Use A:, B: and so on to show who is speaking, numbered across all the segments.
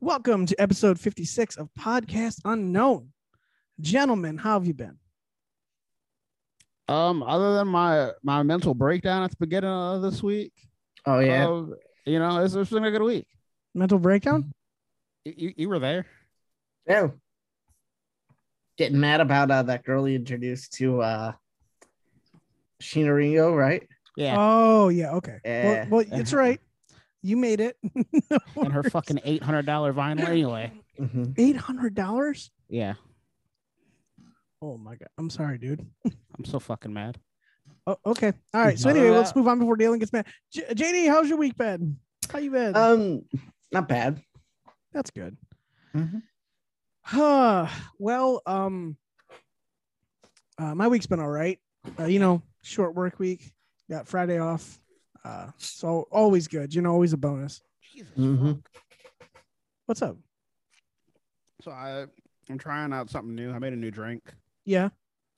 A: Welcome to episode 56 of Podcast Unknown. Gentlemen, how have you been?
B: Um, other than my my mental breakdown at the beginning of this week,
C: Oh yeah.
B: uh, you know, it's, it's been a good week.
A: Mental breakdown?
B: You, you, you were there.
C: yeah. Getting mad about uh, that girl you introduced to uh Shinarigo, right?
B: Yeah, Eh.
A: Oh, yeah. Okay.
C: Yeah.
A: Well, well, it's right. You made it.
B: and her fucking eight hundred dollar vinyl anyway.
C: Mhm.
A: $800?
B: Yeah,
A: Oh, my God. I'm sorry, dude.
B: I'm so fucking mad.
A: Oh, okay. All right. So
B: None of
A: anyway, let's
B: that.
A: move on before Dylan gets mad. J- JD, how's your week been? How you been?
C: Um, not bad.
A: That's good.
C: Mhm.
A: Huh. Well, um, uh, my week's been all right. Uh, you know, short work week. Got Friday off. Uh, so always good. You know, always a bonus.
B: Jesus.
C: Mhm.
A: What's up?
B: So I I'm trying out something new. I made a new drink,
A: Yeah.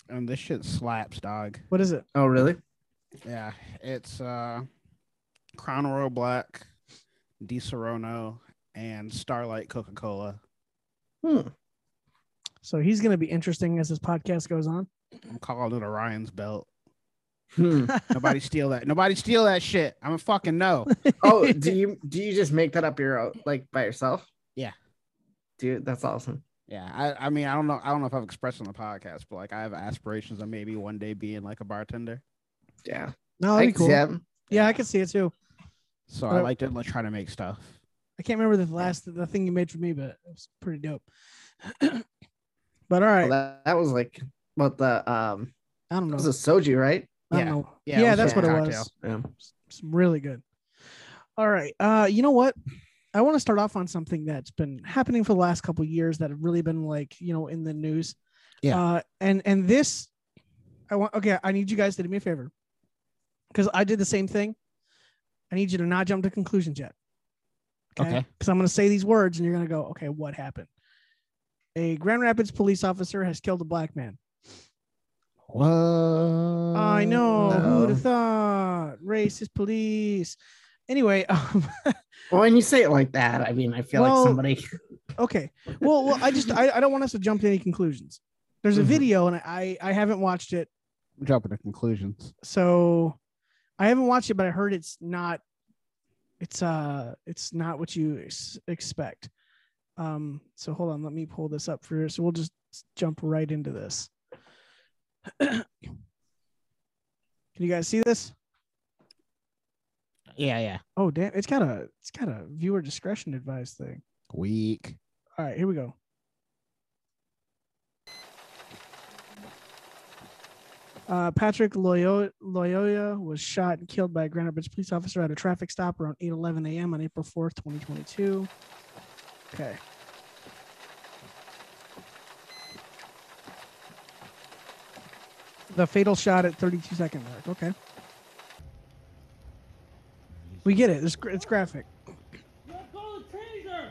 B: and this shit slaps, dog.
A: What is it?
C: Oh really?
B: Yeah, it's uh, Crown Royal Black, Di Serono, and Starlight Coca Cola.
C: Hmm.
A: So he's gonna be interesting as this podcast goes on.
B: I'm calling it Orion's Belt.
C: Hmm.
B: Nobody steal that. Nobody steal that shit. I'm a fucking no.
C: Oh, do you do you just make that up your own, like by yourself?
B: Yeah.
C: Dude, that's awesome.
B: Yeah, I, I mean, I don't know, I don't know if I've expressed on the podcast, but like, I have aspirations of maybe one day being like a bartender.
C: Yeah.
A: No,
C: I
A: that'd be
C: can see
A: cool. Yeah.
C: that.
A: I can see it too.
B: So I
A: Well-
B: like to like, try to make stuff.
A: I can't remember the last the thing you made for me, but it was pretty dope. but all right,
C: Well, that, that was like what the um
A: I don't
C: that
A: know.
C: was a soju, right?
A: I don't
B: Yeah.
A: know.
B: Yeah,
A: Yeah,
B: it was
A: that's
C: just
A: what
C: a
A: it
B: cocktail.
A: was.
C: Yeah.
A: It's really good. All right. Uh, you know what? I want to start off on something that's been happening for the last couple of years that have really been like, you know, in the news.
B: Yeah.
A: Uh, and and this I want okay, I need you guys to do me a favor. Cuz I did the same thing. I need you to not jump to conclusions yet.
B: Okay.
A: Cuz I'm going to say these words and you're going to go, "Okay, what happened?" A Grand Rapids police officer has killed a black man.
B: Whoa.
A: I know. Who'd
C: no.
A: have thought? Racist police. Anyway, um,
C: Well, when you say it like that, I mean I feel
A: Well,
C: like somebody
A: okay. Well, well, I just I, I don't want us to jump to any conclusions. There's a
C: Mhm.
A: video, and I I haven't watched it,
B: I'm jumping to conclusions.
A: so I haven't watched it, but I heard it's not. It's uh, it's not what you ex- expect. Um, so hold on, let me pull this up for you. So we'll just jump right into this. Can you guys see this?
B: Yeah, yeah.
A: Oh damn, it's got a it's got a viewer discretion advised thing.
B: Weak.
A: All right, here we go. Uh, Patrick Loyo- Loyoya was shot and killed by a Grand Rapids police officer at a traffic stop around 8:11 a.m. on April 4th, 2022. Okay. The fatal shot at 32 second mark. Okay. We get it. It's, gra- it's graphic.
D: Yo, pull the taser!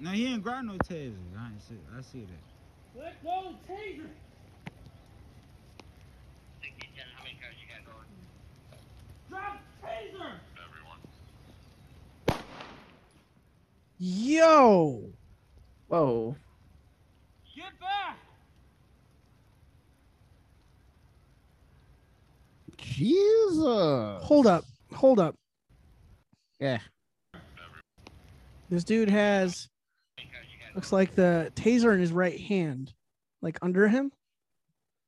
E: No, he ain't grab no taser. I ain't see. I see that.
D: Let go of the taser! Drop the taser!
A: Yo.
C: whoa.
D: Get back!
B: Jesus.
A: hold up hold up
B: Yeah.
A: this dude has looks like the taser in his right hand like under him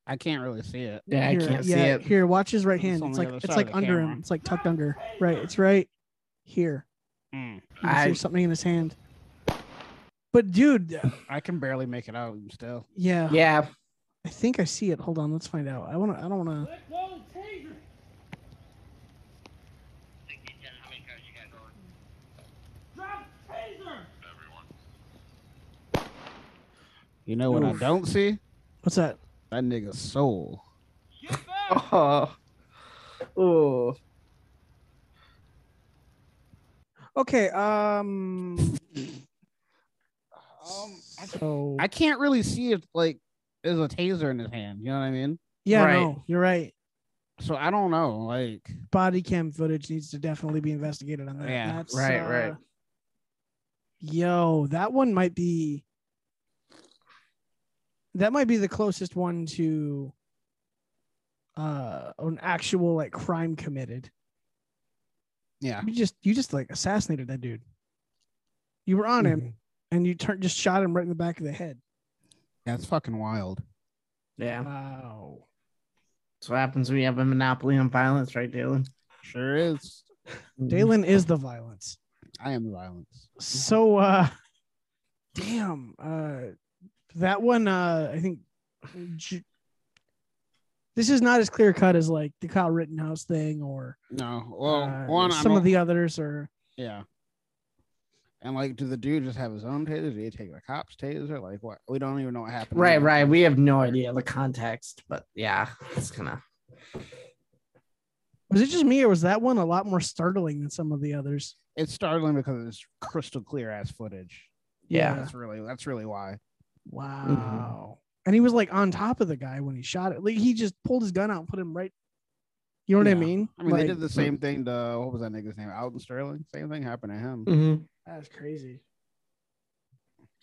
B: I can't really see it.
C: Yeah,
A: here,
C: I can't see
A: yeah,
C: it.
A: here watch his right
B: It's
A: hand
B: on
A: it's
B: the
A: like
B: other
A: it's
B: side
A: like
B: of the
A: under him
B: camera.
A: it's like tucked under right it's right here
B: Mm.
A: you can see
C: I-
A: there's something in his hand but dude uh,
B: I can barely make it out still.
A: yeah,
C: Yeah.
A: i think i see it hold on let's find out i want to i don't want to
D: Let go of the taser! Drop the taser!
B: You know what I
A: Oof.
B: don't see?
A: what's that
B: That nigga's soul.
D: Get back!
C: Oh. Oh.
A: okay um
B: Um, I,
A: so
B: I can't really see if like there's a taser in his hand. You know what I mean?
A: yeah
C: Right.
A: no you're right
B: So I don't know. Like,
A: body cam footage needs to definitely be investigated on that.
B: Yeah,
A: That's,
C: right,
A: uh,
C: right.
A: Yo, that one might be. That might be the closest one to uh an actual like crime committed.
B: Yeah.
A: You just you just like assassinated that dude. You were on him and you turned just shot him right in the back of the head.
B: That's fucking wild.
C: Yeah.
A: Wow.
C: That's what happens when you have a monopoly on violence, right, Dylan?
B: Sure is.
C: Mm-hmm.
A: Dalen is the violence.
B: I am the violence.
A: So uh damn. Uh that one uh I think J- this is not as clear cut as like the Kyle Rittenhouse thing or
B: No. Well,
A: uh,
B: one,
A: some
B: I'm
A: of the others or
B: Yeah. And like, did the dude just have his own taser? Did he take the cops' taser? Like, what? We don't even know what happened.
C: Right, right. We have no idea the context, but yeah, it's gonna.
A: was it just me or was that one a lot more startling than some of the others?
B: It's startling because it's crystal clear ass footage.
C: Yeah.
B: That's really that's really why.
A: Wow. And he was like on top of the guy when he shot it. Like he just pulled his gun out and put him right. You know what I
B: Yeah.
A: mean?
B: I mean,
A: Like,
B: they did the same thing to what was that nigga's name? Alton Sterling. Same thing happened to
A: Mm.
B: him.
C: Mm-hmm.
A: That's crazy.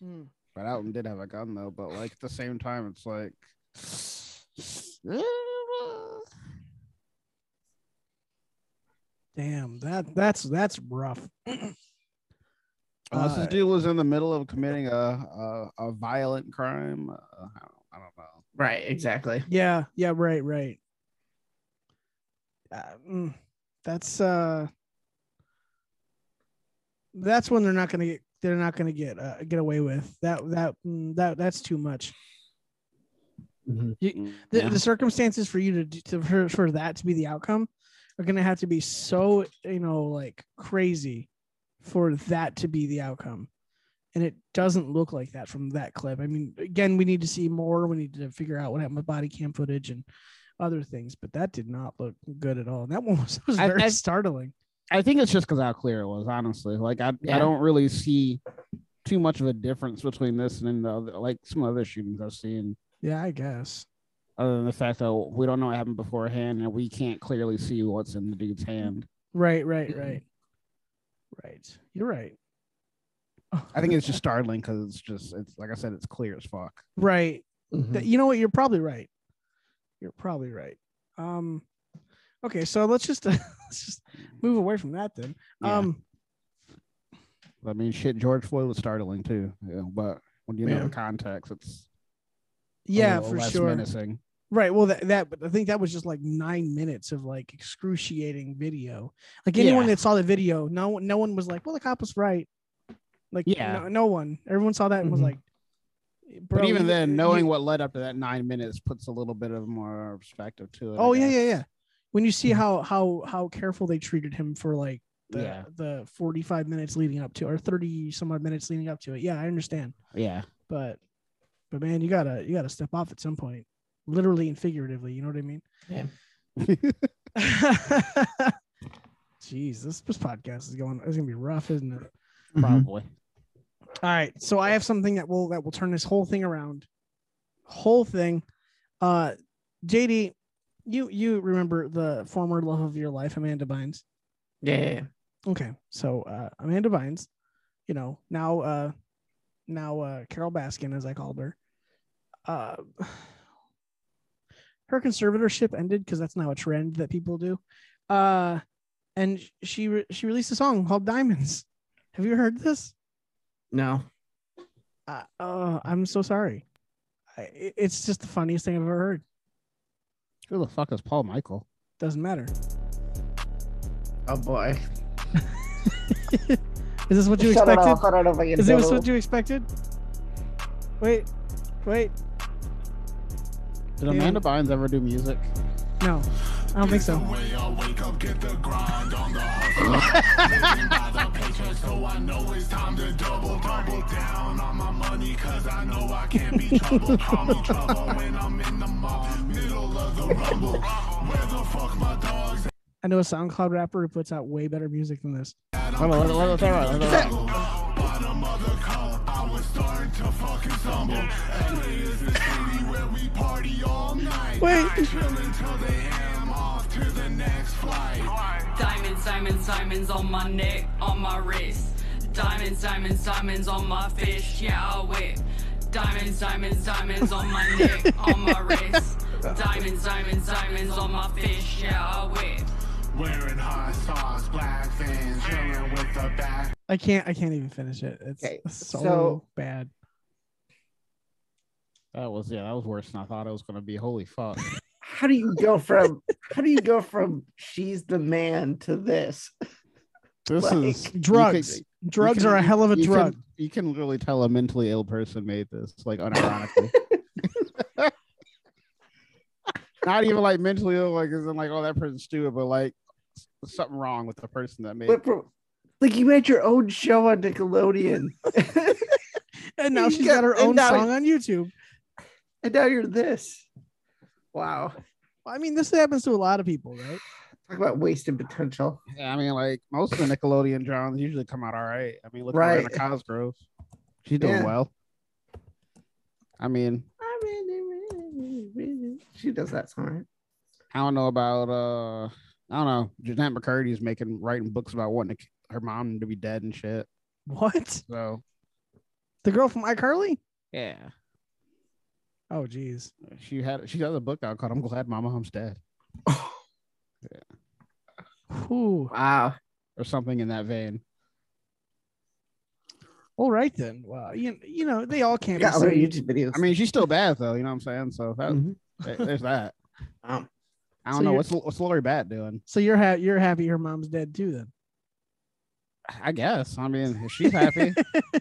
A: Hmm.
B: But Alton did have a gun though. But like at the same time, it's like.
A: Damn, that that's that's rough.
B: Unless this
A: Uh,
B: dude was in the middle of committing a a, a violent crime, uh, I, don't, I don't know.
C: Right, exactly.
A: Yeah, yeah, right, right. Uh, mm, that's uh that's when they're not going to get they're not going to get uh, get away with. That that mm, that that's too much.
C: Mhm.
A: the,
B: Yeah.
A: the circumstances for you to, do- to for, for that to be the outcome are going to have to be so you know like crazy for that to be the outcome and it doesn't look like that from that clip i mean again we need to see more we need to figure out what happened with body cam footage and other things but that did not look good at all and that one was, was
B: I-
A: very
B: I-
A: startling
B: I think it's just because how clear it was, honestly. Like I,
C: Yeah.
B: I don't really see too much of a difference between this and the other, like some other shootings I've seen,
A: yeah i guess
B: other than the fact that we don't know what happened beforehand and we can't clearly see what's in the dude's hand.
A: right right
C: Mhm.
A: right right you're right
B: I think it's just startling because it's just it's like I said, it's clear as fuck.
A: right
C: Mhm.
B: Mm.
A: Th- you know what you're probably right you're probably right um okay so let's just let's just move away from that then
B: Yeah.
A: um
B: I mean, shit, George Floyd was startling too, you know, but when you know
C: Yeah.
B: the context, it's a
A: yeah
B: little
A: for
B: less
A: sure
B: menacing.
A: right well that, that but i think that was just like nine minutes of like excruciating video like anyone
B: Yeah.
A: that saw the video no one- no one was like well the cop was right like
B: Yeah. Mm-hmm.
A: no, no one everyone saw that and was
C: Mhm.
A: like
B: But
A: "Bro,
B: even
A: you-
B: then,
A: you-
B: knowing what led up to that nine minutes puts a little bit of more perspective to it. Mm-hmm. I
A: oh yeah
B: guess.
A: yeah yeah when you see
C: Mhm.
A: how how how careful they treated him for like the
B: Yeah.
A: the 45 minutes leading up to or 30 some odd minutes leading up to it yeah i understand
B: yeah.
A: but but man you gotta you gotta step off at some point literally and figuratively you know what i mean
C: Yeah.
A: jeez this, this podcast is going it's gonna be rough isn't it
B: Probably.
A: all right so i have something that will that will turn this whole thing around whole thing uh jd you you remember the former love of your life amanda bynes
C: Yeah, yeah, yeah.
A: Okay. So uh, Amanda Bynes, you know, now uh now uh Carol Baskin as I called her. Uh her conservatorship ended because that's now a trend that people do. Uh and sh- she re- she released a song called Diamonds. Have you heard this?
C: No.
A: Uh, uh I'm so sorry. I, it- it's just the funniest thing I've ever heard.
B: Who the fuck is Paul Michael?
A: Doesn't matter.
C: Oh boy.
A: Is this what you expected?
C: I don't know if I can
A: Is
C: do
A: this what you expected? Wait. Wait.
B: Did
A: Yeah.
B: Amanda Bynes ever do music?
A: No, I don't think so. I know a SoundCloud rapper who puts out way better music than this.
B: Hold on, hold on, hold on, hold on, hold on.
A: Wait,
F: Diamonds, diamonds, diamonds on my neck, on my wrist. Diamonds, diamonds, diamonds on my fish, yeah, I'll whip. Diamonds, diamonds, diamonds on my neck, on my wrist. Diamonds, diamonds, diamonds on my fish, yeah, I'll whip.
G: Wearing hot sauce, black fans, chilling with the back.
A: I can't. I can't even finish it. It's
C: Okay,
A: so
C: so-
A: bad.
B: That was yeah, that was worse than I thought it was gonna be. Holy fuck.
C: How do you go from how do you go from she's the man to this?
B: This
C: Like,
B: is you can-
A: Drugs.
B: you
A: Drugs
B: can-
A: are a hell of a
B: you
A: drug.
B: Can, you can literally tell a mentally ill person made this, like unironically. Not even like mentally ill, like isn't like, oh, that person's stupid, but like s- something wrong with the person that made
C: But for, like you had your own show on Nickelodeon.
A: and now
C: you
A: she's
C: got-
A: got her
C: and
A: own
C: now-
A: song on YouTube.
C: and now you're this. Wow.
A: Well, I mean, this happens to a lot of people, right?
C: Talk about wasted potential.
B: Yeah, I mean, like most of the Nickelodeon dramas usually come out all right. I mean, look at
C: Right.
B: Miranda Cosgrove. She's doing
C: Yeah.
B: well. I mean,
C: She does that song, right?
B: I don't know about uh I don't know. Jeanette McCurdy's making writing books about wanting to, ki- her mom to be dead and shit.
A: What?
B: So
A: The girl from iCarly?
B: yeah.
A: Oh, geez.
B: She had she has a book out called I'm Glad My Mom's Dead
A: Whew.
C: Wow.
B: or something in that vein.
A: All right then. Wow. You, you know they all can't.
C: I
A: be
C: got other
A: saved.
C: YouTube videos.
B: I mean she's still bad though, you know what I'm saying? So that,
C: Mhm.
B: there- there's that.
C: Wow.
B: I don't
A: So
B: know
A: you're-
B: what's what's Lori Bat doing.
A: So you're ha- you're happy her mom's dead too then.
B: I guess. I mean, if she's happy,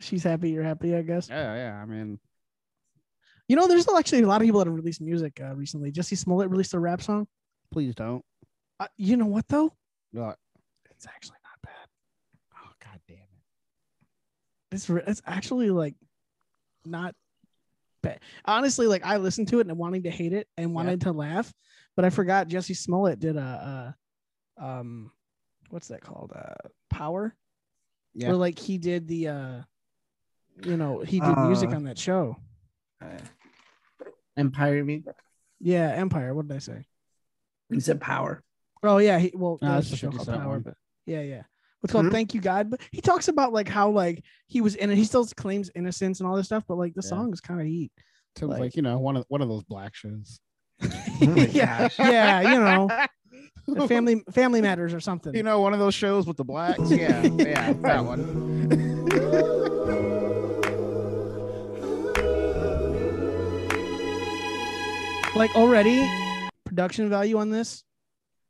A: She's happy. You're happy, I guess.
B: yeah, yeah. I mean,
A: You know, there's actually a lot of people that have released music uh, recently. Jesse Smollett released a rap song.
B: please don't.
A: Uh, you know what though?
B: Like,
A: It's actually not bad.
B: oh god damn it.
A: It's re- it's actually like not bad. Honestly, like I listened to it and wanting to hate it and wanted to laugh, but I forgot Jesse Smollett did a, a um, what's that called? Uh, Power.
B: Yeah.
A: Where like he did the uh, you know, he did music
C: Uh,
A: on that show.
C: Empire me.
A: Yeah, Empire. What did I say?
C: You said power.
A: Oh yeah, he well
B: No,
A: that's
B: that's
A: the
B: the
A: show
B: 50
A: called
B: Cent
A: Power,
B: one. Mm-hmm.
A: but yeah, yeah. What's called
C: Hmm?
A: Thank You God, but he talks about like how like he was in it. He still claims innocence and all this stuff, but like the
B: Yeah.
A: song is kind of heat.
B: Sounds
A: Like-
B: like, you know, one of one of those black shows. Oh
A: yeah, yeah, you know, the family family matters or something.
B: You know, one of those shows with the blacks. Yeah, yeah, that one.
A: like already production value on this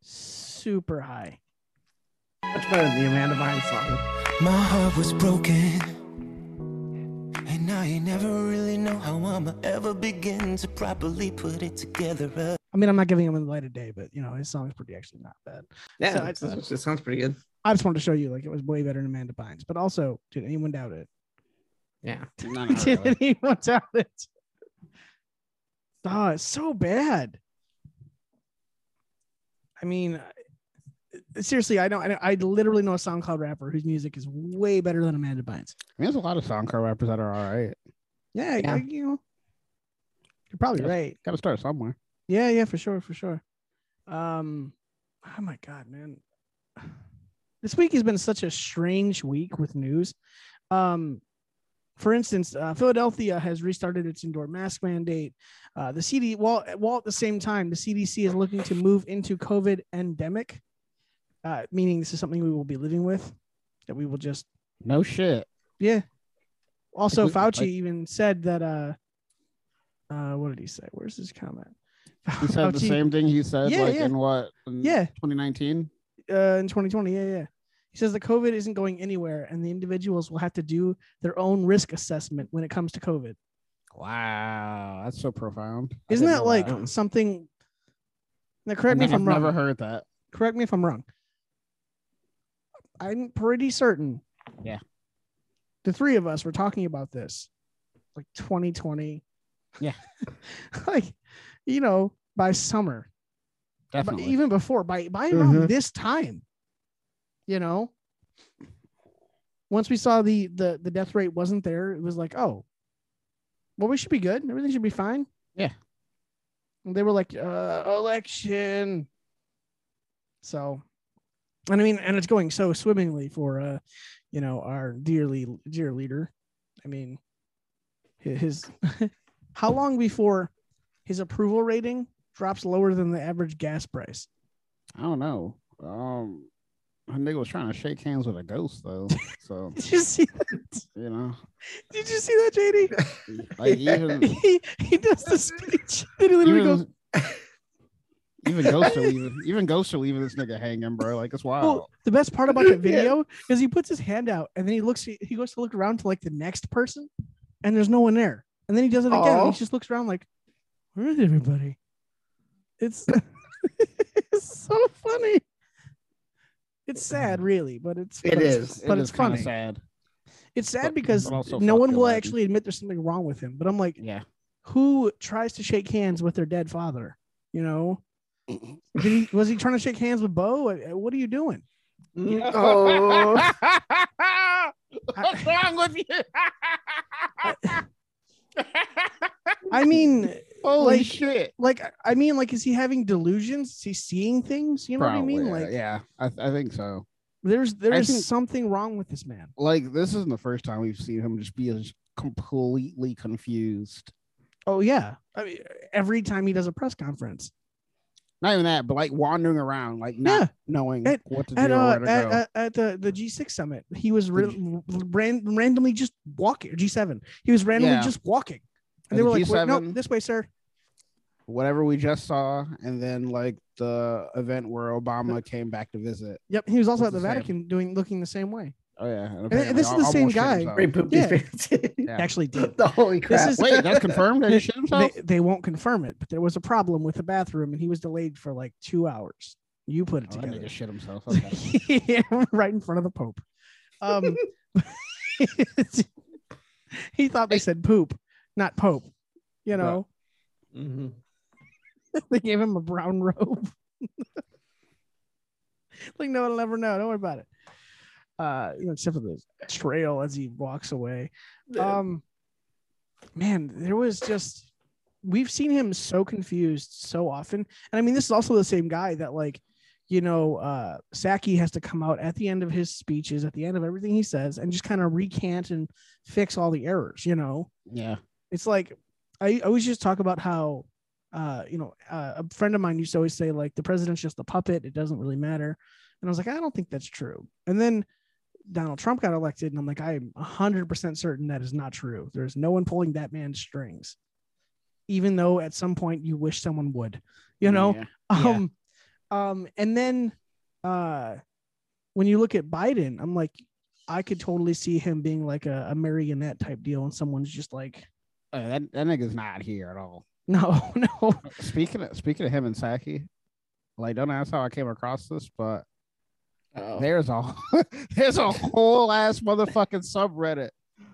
A: super high.
C: Much better than the Amanda Vine song.
H: My heart was broken. And I ain't never really know how I'ma ever begin to properly put it together. uh.
A: I mean, I'm not giving him the light of day, but you know, his song is pretty actually not bad.
C: Yeah,
A: So I-
C: it's- it sounds pretty good.
A: I just wanted to show you like it was way better than Amanda Bynes, but also, did anyone doubt it?
C: Yeah.
B: No, no,
A: did
B: really.
A: anyone doubt it? Ah, it's so bad. I mean, I- seriously, I don't. I, don't- I literally know a SoundCloud rapper whose music is way better than Amanda Bynes.
B: I mean, there's a lot of songcar rappers that are all right.
A: Yeah,
C: Yeah.
A: like, you know, you're probably
B: That's-
A: right.
B: Got to start somewhere.
A: Yeah, yeah, for sure, for sure. Um, oh my god, man, this week has been such a strange week with news. Um, for instance, uh, Philadelphia has restarted its indoor mask mandate. Uh, the CD, while while at the same time, the CDC is looking to move into COVID endemic, uh, meaning this is something we will be living with, that we will just
B: No shit.
A: yeah. Also,
B: we-
A: Fauci
B: like-
A: even said that. Uh, uh, what did he say? Where's his comment?
B: He said the
A: Fauci-
B: same thing he said
A: Oh, Yeah,
B: like
A: yeah.
B: in what? in
A: Yeah.
B: 2019.
A: uh, in 2020. Yeah, yeah. He says the COVID isn't going anywhere, and the individuals will have to do their own risk assessment when it comes to COVID.
B: Wow, that's so profound. I
A: Isn't
B: didn't
A: that
B: know
A: like
C: that.
A: something? Now, correct me if
B: I've
A: I'm wrong.
B: never heard that.
A: Correct me if I'm wrong. I'm pretty certain.
B: Yeah.
A: The three of us were talking about this, like 2020.
B: Yeah.
A: like, you know, by summer. but
B: Definitely. Mm-hmm.
A: even before by by around this time you know once we saw the the the death rate wasn't there it was like oh well we should be good everything should be fine
B: Yeah.
A: And they were like uh election so and I mean, and it's going so swimmingly for uh, you know, our dearly dear leader. I mean, hi- his how long before his approval rating drops lower than the average gas price?
B: I don't know. Um, a nigga was trying to shake hands with a ghost though, so
A: Did you see? That?
B: you know,
A: Did you see that, JD?
B: like even
A: he he does the speech. Then he literally goes,
B: even, even ghosts are leaving. Even ghosts are leaving this nigga hanging, bro. Like it's wild.
A: well, the best part about that video is he puts his hand out and then he looks he goes to look around to like the next person and there's no one there. And then he does it again. and
C: Aw.
A: He just looks around like, where is everybody? It's it's so funny. It's sad, really, but it's
C: It
A: but it's-
C: is.
A: but
B: It
A: it's
B: is kinda
A: funny.
B: Sad.
A: It's sad
B: but-
A: because
B: but also
A: no one
B: fucking
A: will
B: Latin.
A: actually admit there's something wrong with him. But I'm like,
B: Yeah.
A: who tries to shake hands with their dead father? You know, Did he, was he trying to shake hands with Bo? Uh, What are you doing?
C: Oh,
B: What's wrong with you?
A: I mean,
B: Holy
A: Like,
B: shit!
A: like, I mean, like, is he having delusions? Is he seeing things? You know what I mean?
B: Probably, uh,
A: Like,
B: yeah, I, I think so.
A: there's there's
B: think-
A: something wrong with this man.
B: Like this isn't the first time we've seen him just be as completely confused.
A: Oh yeah, I mean, every time he does a press conference
B: Not even that, but like wandering around, like not
A: Yeah.
B: knowing
A: At-
B: what to do
A: at
B: or
A: uh,
B: where to
A: at,
B: go.
A: uh, at the the G6 summit, he was ra- ran, randomly just walking. Or G7, he was randomly
B: Yeah.
A: just walking,
B: At
A: and they
B: the
A: were like, "Wait, "No,
B: G7?
A: this way, sir."
B: Whatever we just saw, and then like the event where Obama came back to visit.
A: Yep, he was also at
B: It's
A: the,
B: the same.
A: Vatican doing looking the same way.
B: Oh yeah, and
A: this
B: apparently
A: is the
B: al-
A: same
B: almost shit
A: guy.
B: himself.
C: Ray pooped
A: Yeah.
C: his pants.
B: Yeah.
A: Actually, did
C: the holy crap!
A: is-
B: Wait, that's confirmed. That he shit
A: they,
B: himself.
A: they won't confirm it, but there was a problem with the bathroom, and he was delayed for like two hours. You put it
B: Oh, that
A: together,
B: nigga shit himself. Okay.
A: yeah, right in front of the Pope. Um, he thought they said poop, not Pope. You
B: Right.
A: know,
B: Mm-hmm.
C: Mhm.
A: they gave him a brown robe. like no one will ever know. Don't worry about it. Uh, you know, except for the trail as he walks away. Um, man, there was just we've seen him so confused so often, and I mean, this is also the same guy that like. You know, uh, Saki has to come out at the end of his speeches, at the end of everything he says, and just kind of recant and fix all the errors. You know,
B: yeah.
A: it's like I I always just talk about how uh you know uh, a friend of mine used to always say like the president's just a puppet it doesn't really matter and I was like I don't think that's true and then Donald Trump got elected and I'm like I'm 100% certain that is not true there's no one pulling that man's strings even though at some point you wish someone would you know
B: Yeah. Yeah.
A: um um and then uh when you look at Biden I'm like I could totally see him being like a, a marionette type deal and someone's just like
B: Oh, that that nigga's not here at all.
A: No, no.
B: Speaking of speaking of him and Saki, like don't ask how I came across this, but
C: Oh.
B: there's a there's a whole ass motherfucking subreddit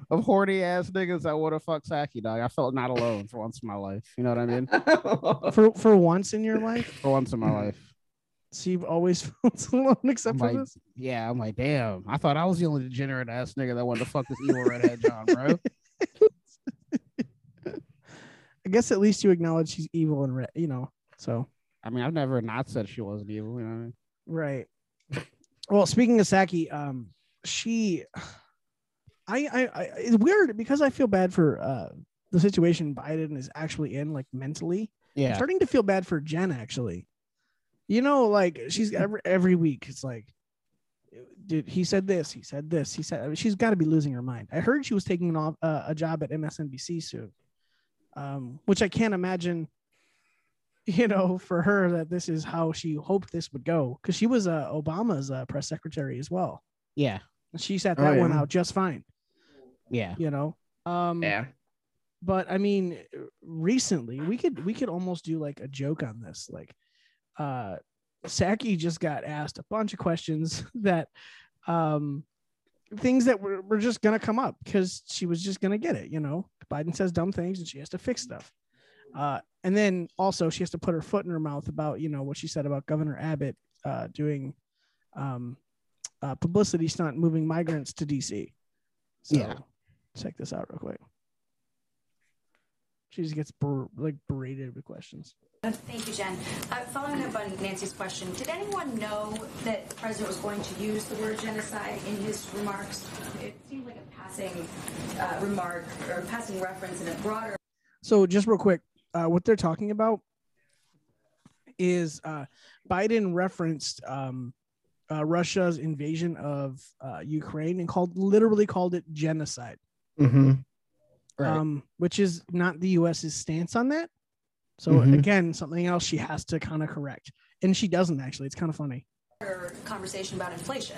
B: of horny ass niggas that want to fuck Saki, dog. I felt not alone for once in my life. You know what I mean?
C: Oh.
A: For for once in your life,
B: For once in my life.
A: so you've always felt alone except for
B: Like-
A: this.
B: Yeah, I'm like, damn. I thought I was the only degenerate ass nigga that wanted to fuck this evil redhead John, bro.
A: I guess at least you acknowledge she's evil and re- you know. So
B: I mean, I've never not said she wasn't evil. You know what I mean?
A: right. Well, speaking of Saki, um, she, I, I, I, it's weird because I feel bad for uh the situation Biden is actually in, like mentally. I'm
B: Yeah.
A: starting to feel bad for Jen actually. You know, like she's
C: Mm-hmm.
A: every every week. It's like, dude, he said this, he said this, he said. I mean, she's got to be losing her mind. I heard she was taking an off uh, a job at MSNBC soon, um, which I can't imagine. You know, for her that this is how she hoped this would go because she was uh, Obama's uh, press secretary as well.
B: Yeah.
A: And she sat
C: Oh,
A: that one
C: yeah.
A: out just fine.
B: Yeah.
A: You know. Um,
C: yeah.
A: but I mean, recently we could we could almost do like a joke on this. Like, uh, Saki just got asked a bunch of questions that, um, things that were, were just gonna come up because she was just gonna get it. You know, Biden says dumb things and she has to fix stuff. Uh, and then also she has to put her foot in her mouth about you know what she said about Governor Abbott uh, doing, um, uh, publicity stunt moving migrants to DC. So,
B: Yeah.
A: check this out real quick. She just gets bur- like berated with questions.
I: Thank you, Jen. Uh, following up on Nancy's question, did anyone know that the president was going to use the word genocide in his remarks? It seemed like a passing uh, remark or a passing reference in a broader
A: So just real quick, uh, what they're talking about is uh, Biden referenced um, uh, Russia's invasion of uh, Ukraine and called literally called it genocide,
C: Mm-hmm.
B: Right.
A: um, which is not the U.S.'s stance on that. So
C: Mhm.
A: again, something else she has to kind of correct, and she doesn't actually. It's kind of funny.
I: conversation about inflation.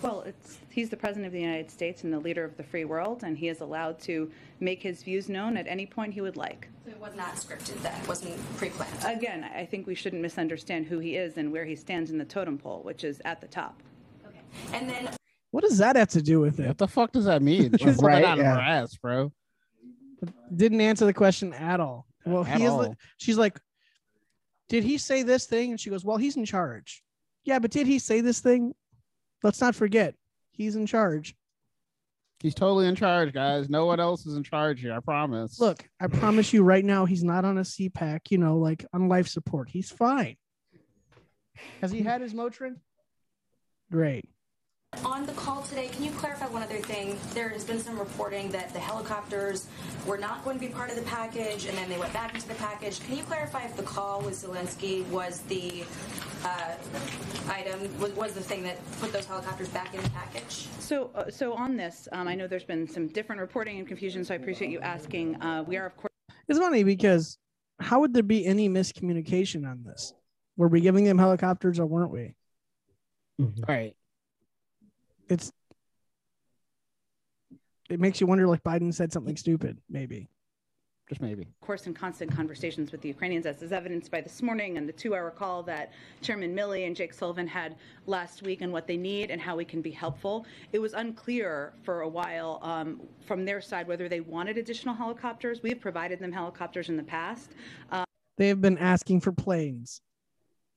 J: Well, it's, he's the president of the United States and the leader of the free world, and he is allowed to make his views known at any point he would like.
I: So it was not scripted. That wasn't pre-planned.
J: Again, I I think we shouldn't misunderstand who he is and where he stands in the totem pole, which is at the top.
I: okay. And then
A: What does that have to do with it?
B: What the fuck does that mean? She pulled
C: Right,
B: that out of
C: yeah.
B: her ass, bro.
A: Didn't answer the question at all. Well,
B: At
A: he is.
B: all.
A: she's like, Did he say this thing? And she goes, Well, he's in charge. Yeah, but did he say this thing? Let's not forget, he's in charge.
B: He's totally in charge, guys. No one else is in charge here. I promise.
A: Look, I promise you right now, he's not on a CPAC, you know, like on life support. He's fine.
B: has he had his Motrin?
A: Great.
I: On the call today, can you clarify one other thing? There has been some reporting that the helicopters were not going to be part of the package, and then they went back into the package. Can you clarify if the call with Zelensky was the uh, item, was, was the thing that put those helicopters back in the package?
J: So, uh, so on this, um, I know there's been some different reporting and confusion, so I appreciate you asking. Uh, we are, of course.
A: It's funny because how would there be any miscommunication on this? Were we giving them helicopters or weren't we?
B: Right.
A: It's it makes you wonder like Biden said something stupid, maybe.
B: Just maybe.
J: of course, in constant conversations with the Ukrainians, as is evidenced by this morning and the two hour call that Chairman Milley and Jake Sullivan had last week and what they need and how we can be helpful. It was unclear for a while um, from their side whether they wanted additional helicopters. We have provided them helicopters in the past.
A: They have been asking for planes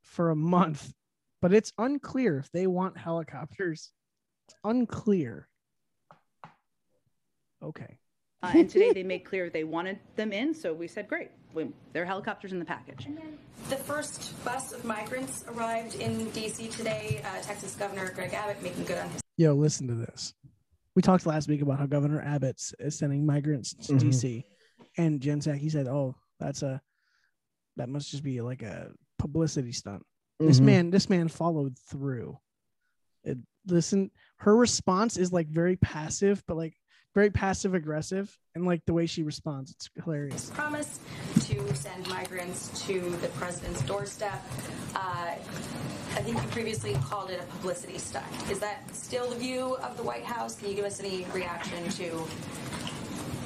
A: for a month, but it's unclear if they want helicopters. It's unclear. Okay.
J: Uh, and today they made clear they wanted them in, so we said, great, we, there are helicopters in the package.
I: The first bus of migrants arrived in D.C. today. Uh, Texas Governor Greg Abbott making good on his
A: Yo, listen to this. We talked last week about how Governor Abbott's is sending migrants to
C: Mhm.
A: DC, and Jen Psaki said, "Oh, that's a that must just be like a publicity stunt." This
B: Mm-hmm.
C: Mhm.
A: man, this man followed through. It, listen, her response is like very passive, but like very passive aggressive, and like the way she responds, it's hilarious.
I: promise to send migrants to the president's doorstep. Uh, I think you previously called it a publicity stunt. Is that still the view of the White House? Can you give us any reaction to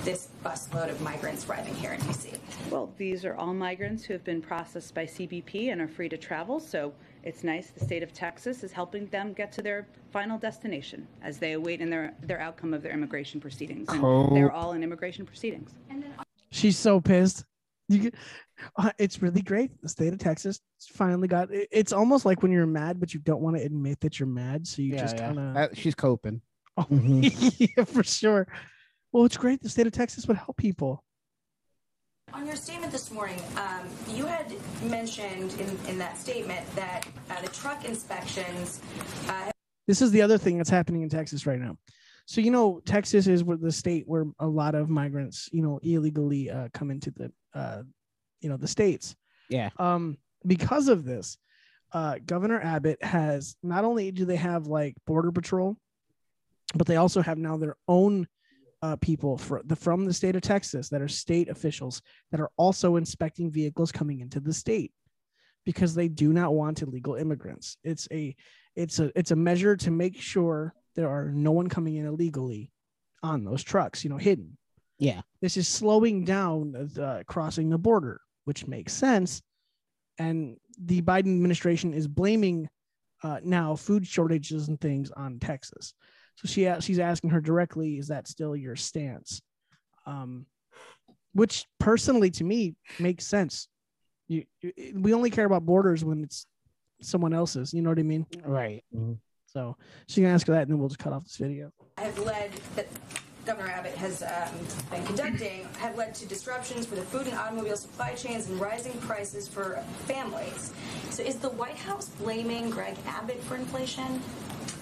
I: this busload of migrants arriving here in D.C.?
J: Well, these are all migrants who have been processed by CBP and are free to travel, so it's nice the state of Texas is helping them get to their final destination as they await in their, their outcome of their immigration proceedings. And they're all in immigration proceedings.
A: She's so pissed. You get, uh, it's really great. The state of Texas finally got. it- it's almost like when you're mad, but you don't want to admit that you're mad, so you
B: yeah,
A: just
B: yeah.
A: kind of.
B: That- she's coping.
C: Mhm.
A: yeah, for sure. Well, it's great. The state of Texas would help people.
I: On your statement this morning, um, you had mentioned in, in that statement that uh, the truck inspections uh,
A: This is the other thing that's happening in Texas right now. So you know, Texas is where the state where a lot of migrants, you know, illegally uh, come into the, uh, you know, the states.
B: Yeah.
A: um, because of this, uh, Governor Abbott has not only do they have like Border Patrol, but they also have now their own uh, people for the, from the state of Texas that are state officials that are also inspecting vehicles coming into the state because they do not want illegal immigrants. It's a it's a it's a measure to make sure there are no one coming in illegally on those trucks, you know, hidden.
B: Yeah.
A: This is slowing down the crossing the border, which makes sense and the Biden administration is blaming uh, now food shortages and things on Texas. So she a- she's asking her directly, is that still your stance? Um, which personally to me makes sense. You, you- we only care about borders when it's someone else's. You know what I mean?
C: Mm-hmm.
B: Right.
A: So she can ask her that, and then we'll just cut off this video.
I: have led that Governor Abbott has um, been conducting have led to disruptions for the food and automobile supply chains and rising prices for families. So, is the White House blaming Greg Abbott for inflation?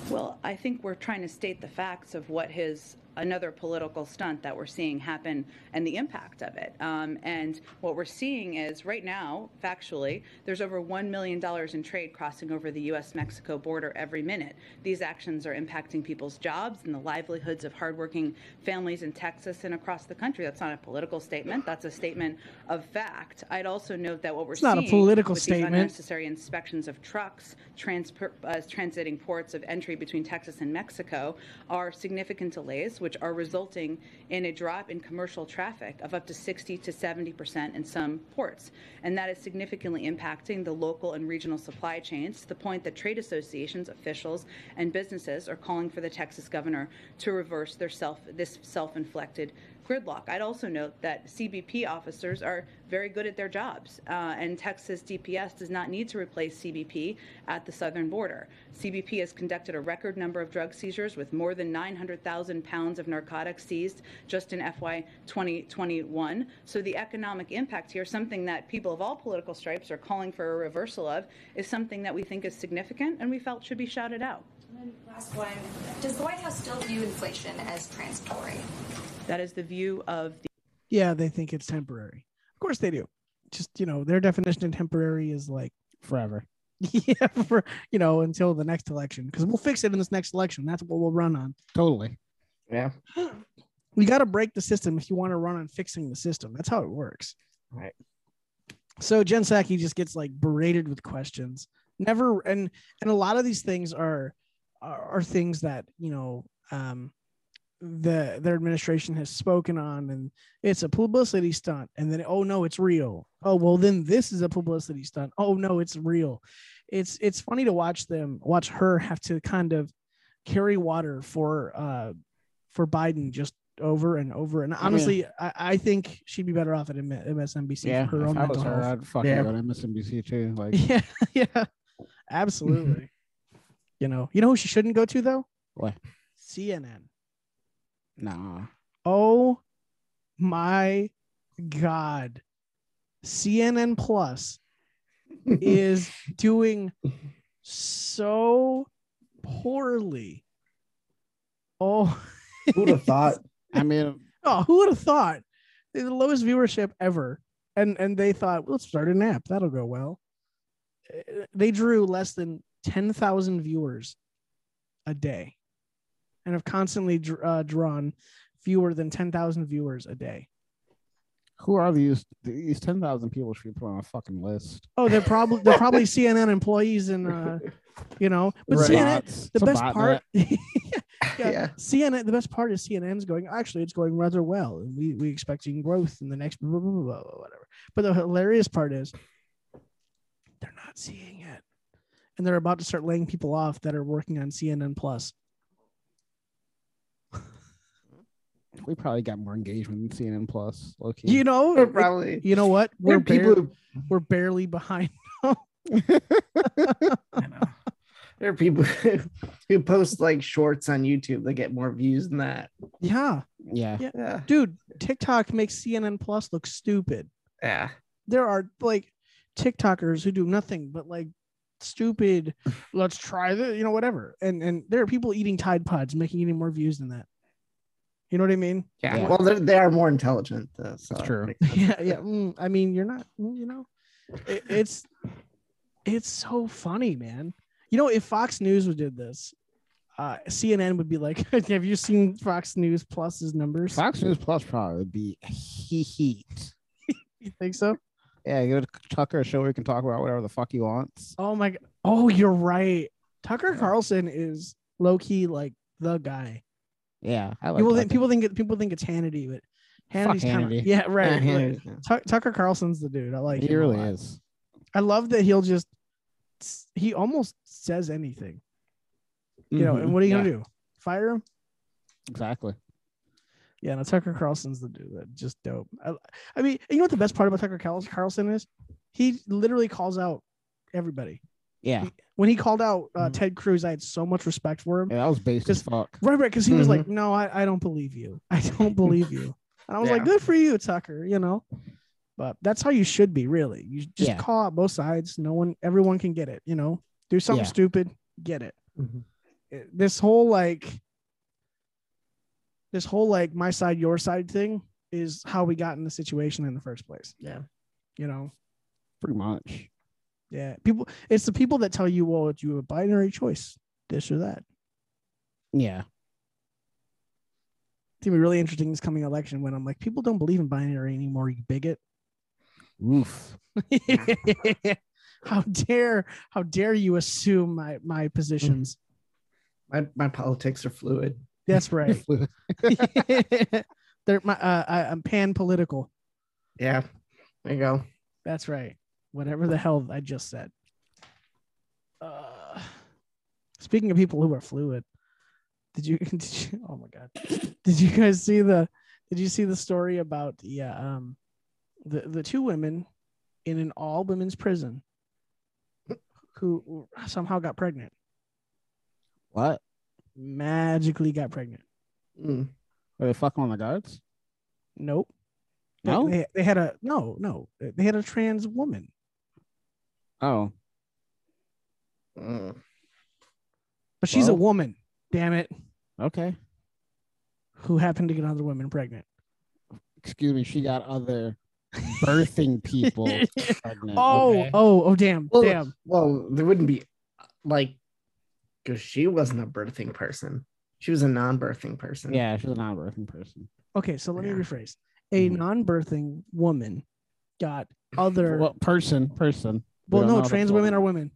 J: Well, I think we're trying to state the facts of what his another political stunt that we're seeing happen and the impact of it. Um, and what we're seeing is right now, factually, there's over $1 million in trade crossing over the US Mexico border every minute. These actions are impacting people's jobs and the livelihoods of hardworking families in Texas and across the country. That's not a political statement, that's a statement of fact. I'd also note that what we're
A: It's
J: seeing
A: not a political
J: with these
A: statement.
J: unnecessary unnecessary inspections of trucks trans- uh, transiting ports of entry between Texas and Mexico are significant delays, which are resulting in a drop in commercial traffic of up to 60 to 70 percent in some ports. And that is significantly impacting the local and regional supply chains to the point that trade associations, officials, and businesses are calling for the Texas governor to reverse their self this self-inflicted gridlock. I'd also note that CBP officers are very good at their jobs, uh, and Texas DPS does not need to replace CBP at the southern border. CBP has conducted a record number of drug seizures with more than 900,000 pounds of narcotics seized just in FY 2021. So the economic impact here, something that people of all political stripes are calling for a reversal of, is something that we think is significant and we felt should be shouted out.
I: And then last one, does the White House still view inflation as transitory?
J: That is the view of the
A: Yeah, they think it's temporary. Of course they do. Just you know, their definition of temporary is like
B: forever.
A: yeah, for you know, until the next election. Because we'll fix it in this next election. That's what we'll run on.
B: Totally.
C: Yeah.
A: We gotta break the system if you want to run on fixing the system. That's how it works.
C: Right.
A: So Jen Psaki just gets like berated with questions. Never and and a lot of these things are are, are things that you know um, the their administration has spoken on, and it's a publicity stunt. And then oh no, it's real. Oh well, then this is a publicity stunt. Oh no, it's real. It's it's funny to watch them watch her have to kind of carry water for uh for Biden just over and over. And honestly, I, I think she'd be better off at M- MSNBC
B: Yeah.
A: for her own
B: if I was
A: mental
B: her,
A: health.
B: I'd fucking
C: Yeah.
B: go to MSNBC too. Like
A: Yeah, yeah, absolutely. you know, you know who she shouldn't go to though?
B: What?
A: CNN.
B: nah.
A: Oh my god, CNN Plus is doing so poorly. Oh,
C: Who'd have thought?
B: I mean,
A: oh, who would have thought? They're the lowest viewership ever, and and they thought let's start an app that'll go well. Uh, They drew less than ten thousand viewers a day, and have constantly dr- uh, drawn fewer than ten thousand viewers a day.
B: who are these? These ten thousand people should be put on a fucking list.
A: Oh, they're probably they're probably CNN employees and uh, you know, but
B: Right.
A: CNN.
B: Bots.
A: The
B: It's a
A: best
B: botnet.
A: part, Yeah.
C: Yeah.
A: CNN. The best part is CNN's going. Actually, it's going rather well, and we we expecting growth in the next blah, blah, blah, blah, blah, whatever. But the hilarious part is they're not seeing it, and they're about to start laying people off that are working on CNN Plus.
B: We probably got more engagement than CNN Plus. Low key.
A: You know,
C: We're
A: it-
C: Probably.
A: you know what?
C: We're
A: We're
C: people.
A: barely,
C: who-
A: we're barely behind.
C: I know. There are people who, who post like shorts on YouTube that get more views than that.
A: Yeah,
B: yeah.
C: Yeah.
A: dude, TikTok makes CNN Plus look stupid.
C: Yeah.
A: there are like TikTokers who do nothing but like stupid, let's try the you know, whatever. And and there are people eating Tide Pods making any more views than that. You know what I mean?
C: Yeah.
B: Yeah.
C: Well, they're- they are more intelligent. Though, so
B: That's true.
A: yeah, yeah. mm, I mean, you're not, mm, you know, it, it's it's so funny, man. You know, if Fox News would did this, uh, CNN would be like, "Have you seen Fox News Plus's numbers?
B: Fox News Plus probably would be heat.
A: You think so?
B: Yeah, give Tucker a show where he can talk about whatever the fuck he wants.
A: Oh my! g- Oh, you're right. Tucker Carlson is low key like the guy.
B: Yeah, I like.
A: people
B: Tucker.
A: think people think it, people think it's Hannity, but
B: Fuck
A: Hannity's kind of
B: Hannity.
A: yeah, right.
C: Yeah,
A: like,
C: yeah.
A: Tuck- Tucker Carlson's the dude. I like.
B: he
A: him a
B: really
A: lot.
B: is.
A: I love that he'll just he almost says anything, you
C: Mm-hmm.
A: know.
B: Mhm.
A: And what are you
B: Yeah,
A: gonna do? Fire him?
B: Exactly.
A: Yeah, no. Tucker Carlson's the dude. That just dope. I, I mean, you know what the best part about Tucker Carl- Carlson is? He literally calls out everybody.
B: Yeah.
A: When he called out uh,
B: Mm-hmm.
A: Ted Cruz, I had so much respect for him.
B: Yeah, that was based as fuck.
A: Right, right, because he was
B: Mhm.
A: like, "No, I, I don't believe you. I don't believe you." And I was like,
B: Yeah.
A: "Good for you, Tucker." You know, but that's how you should be, really. You just
B: Yeah.
A: call out both sides. No one, everyone can get it. You know, do something
B: Yeah. Mm-hmm.
A: stupid, get it. It- This whole like, this whole like my side, your side thing is how we got in the situation in the first place.
C: Yeah,
A: you know,
B: Pretty much.
A: yeah. People, it's the people that tell you, "Well, you have a binary choice, this or that."
B: Yeah.
A: It's gonna be really interesting this coming election when I'm like, people don't believe in binary anymore, you bigot.
B: Oof.
A: how dare how dare you assume my my positions?
C: my my politics are fluid.
A: That's right. They're my uh, I, I'm pan political.
C: Yeah, there you go.
A: That's right. Whatever the hell I just said. Uh, speaking of people who are fluid, did you, did you? Oh my god! Did you guys see the? Did you see the story about the uh, um, the the two women in an all women's prison who somehow got pregnant,
B: What?
A: magically got pregnant.
C: Mm.
B: Were they fucking on the guards?
A: Nope. They-
B: No?
A: they, they had a no, no. They had a trans woman.
B: Oh.
C: Mm.
A: but she's a
B: Well.
A: woman, damn it,
B: Okay.
A: who happened to get other women pregnant.
B: Excuse me. She got other birthing people pregnant.
A: Oh,
B: Mm, okay?
A: oh, oh, damn,
C: Well,
A: damn.
C: Well, there wouldn't be like because she wasn't a birthing person. She was a non-birthing person.
B: Yeah, she's a non-birthing person.
A: Okay, so let
C: Yeah.
A: me rephrase. A
B: Mhm.
A: non-birthing woman got other. Well,
B: Well, person, person. We don't
A: no,
B: know if
A: trans
B: it's
A: women
B: woman.
A: are women.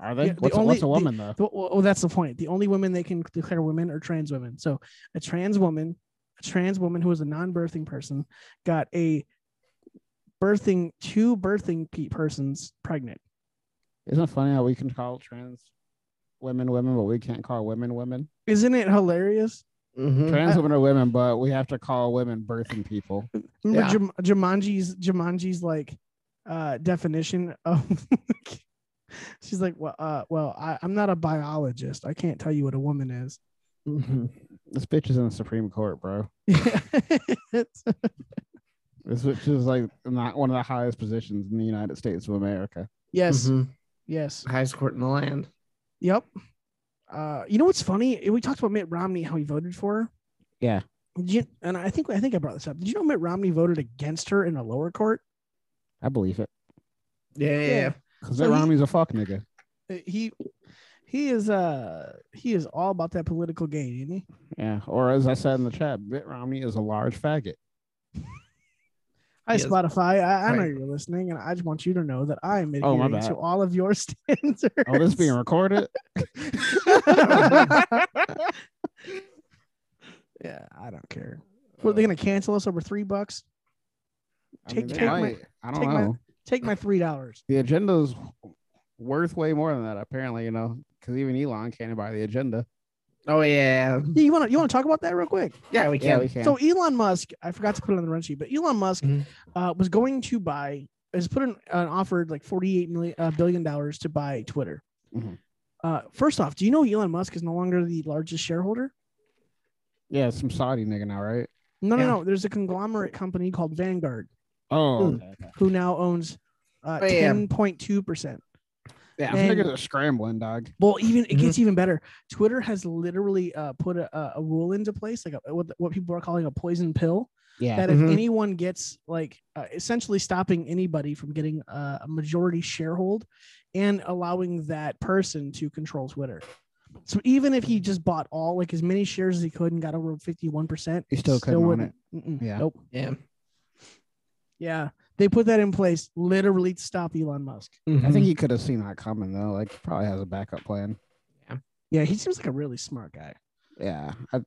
B: Are they?
A: Yeah, the
B: what's, a,
A: only-
B: what's a
A: the-
B: woman though?
A: Th- Well, well, that's the point. The only women they can declare women are trans women. So a trans woman, a trans woman who is a non-birthing person, got a birthing two birthing pe- persons pregnant.
B: Isn't it funny how we can call trans women women, but we can't call women women?
A: Isn't it hilarious? Mm,
C: Mhm.
B: Trans women are women, but we have to call women birthing people.
A: Remember
C: Yeah.
A: Jum- Jumanji's Jumanji's like uh definition of she's like, well, uh, well, I, I'm not a biologist. I can't tell you what a woman is.
C: Mhm.
B: This bitch is in the Supreme Court, bro.
A: It's-
B: This bitch is like not one of the highest positions in the United States of America.
A: yes,
C: Mhm.
A: yes.
C: Highest court in the land.
A: Yep. Uh you know what's funny? We talked about Mitt Romney, how he voted for her.
B: Yeah.
A: Did you- and I think I think I brought this up. Did you know Mitt Romney voted against her in a lower court?
B: I believe it.
C: Yeah, yeah, yeah.
B: Because
A: So
B: that
A: he-
B: Romney's a fuck nigga.
A: Uh, He he is uh he is all about that political gain, isn't he?
B: Yeah. Or as I said in the chat, Mitt Romney is a large faggot.
A: Hi,
C: Yes.
A: Spotify. I, I know
C: Right.
A: you're listening, and I just want you to know that I am
B: Oh, my
A: adhering to
B: bad.
A: all of your standards.
B: Oh, this being recorded?
A: yeah, I don't care. Well, they're gonna cancel us over three bucks.
B: I,
A: take-
B: mean, they
A: take my-
B: might. I don't
A: take
B: know.
A: my- Take my three dollars.
B: the agenda's worth way more than that, apparently, you know, because even Elon can't buy the agenda.
C: Oh yeah,
A: Yeah, you want to you want to talk about that real quick?
C: yeah. We
B: Yeah,
C: can.
B: we can.
A: So Elon Musk, I forgot to put it on the run sheet, but Elon Musk
C: Mhm.
A: uh, was going to buy has put an, an offered like forty eight million uh, billion dollars to buy Twitter.
B: Mhm.
A: Uh, first off, do you know Elon Musk is no longer the largest shareholder?
B: yeah, it's some Saudi nigga now, right?
A: No,
C: Yeah.
A: no, no. There's a conglomerate company called Vanguard.
B: Oh,
C: Hmm.
B: okay, okay.
A: who now owns uh,
C: Oh, yeah.
A: ten point two percent.
B: yeah,
A: And-
B: niggas are scrambling, dog.
A: Well, even it
C: Mhm.
A: gets even better. Twitter has literally uh, put a, a- a rule into place, like a, what, what people are calling a poison pill,
B: Yeah,
A: that if
C: Mhm.
A: anyone gets like uh, essentially stopping anybody from getting uh, a majority sharehold and allowing that person to control Twitter. So even if he just bought all like as many shares as he could and got over fifty one percent,
B: He still couldn't own
A: Mm-mm.
B: Yeah.
A: Nope.
C: Yeah.
A: Yeah. They put that in place literally to stop Elon Musk.
B: I
C: Mm-hmm.
B: think he could have seen that coming though. Like, he probably has a backup plan.
A: Yeah, he seems like a really smart guy.
B: Yeah, I,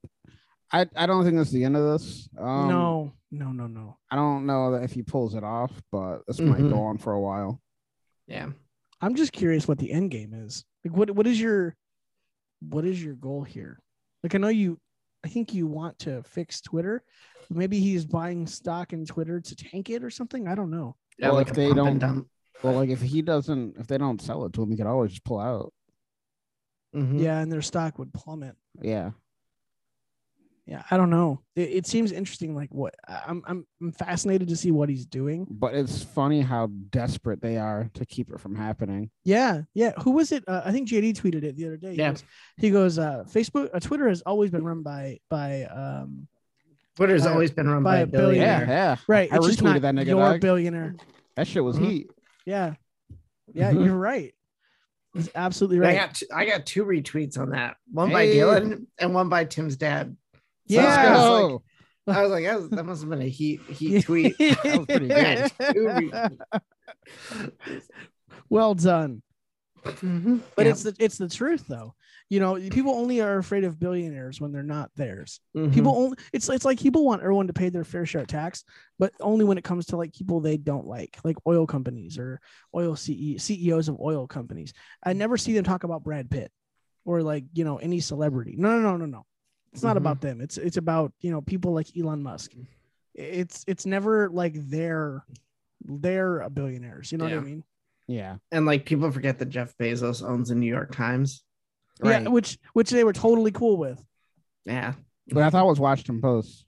B: I, I don't think that's the end of this. Um,
A: no, no, no, no.
B: I don't know that if he pulls it off, but this might
C: Mhm.
B: go on for a while.
C: yeah.
A: I'm just curious what the end game is. Like, what what is your what is your goal here? Like, I know you, I think you want to fix Twitter. Maybe he's buying stock in Twitter to tank it or something. I don't know.
C: Yeah,
B: Well,
C: like
B: if
C: a
B: they
C: pump
B: don't-
C: and dump.
B: Well, like if he doesn't, if they don't sell it to him, he could always just pull out.
C: Mm-hmm.
B: Mm-hmm.
A: Yeah, and their stock would plummet.
B: Yeah.
A: Yeah, I don't know. It, it seems interesting. Like what I- I'm, I'm, I'm fascinated to see what he's doing.
B: But it's funny how desperate they are to keep it from happening.
A: Yeah, yeah. Who was it? Uh, I think JD tweeted it the other day. He
B: Yeah.
A: goes, he goes uh, Facebook, uh, Twitter has always been run by by um,
C: Twitter's
A: by-
C: always been run by, a billionaire.
B: Yeah, yeah.
A: Right,
B: I
A: it's just
B: retweeted
A: not
B: that nigga.
A: your
B: dog.
A: billionaire.
B: That shit was
C: Mhm.
B: heat.
A: Yeah, yeah.
C: Mhm.
A: You're right. He's absolutely
C: And
A: right.
C: I got t- I got two retweets on that. One by
B: Hey.
C: Dylan and one by Tim's dad. So I was
A: yeah,
C: kinda
B: Let's
C: like-
B: go.
C: I was like, that, was- that must have been a heat heat tweet.
B: that was pretty
C: Yeah,
B: good.
C: two re-
A: well done.
C: Mhm.
A: But
C: Yeah.
A: it's the it's the truth though. You know, people only are afraid of billionaires when they're not theirs.
C: Mhm.
A: People only it's it's like people want everyone to pay their fair share of tax, but only when it comes to like people they don't like, like oil companies or oil E, CE, CEOs of oil companies. I never see them talk about Brad Pitt or like, you know, any celebrity. No, no, no, no, no. It's not
C: Mhm.
A: about them. It's it's about, you know, people like Elon Musk. It's it's never like they're they're billionaires, you know
C: Yeah.
A: what I mean?
B: Yeah.
C: and like people forget that Jeff Bezos owns the New York Times.
A: Yeah, which which they were totally cool with.
C: Yeah.
B: But I thought I was Washington Post.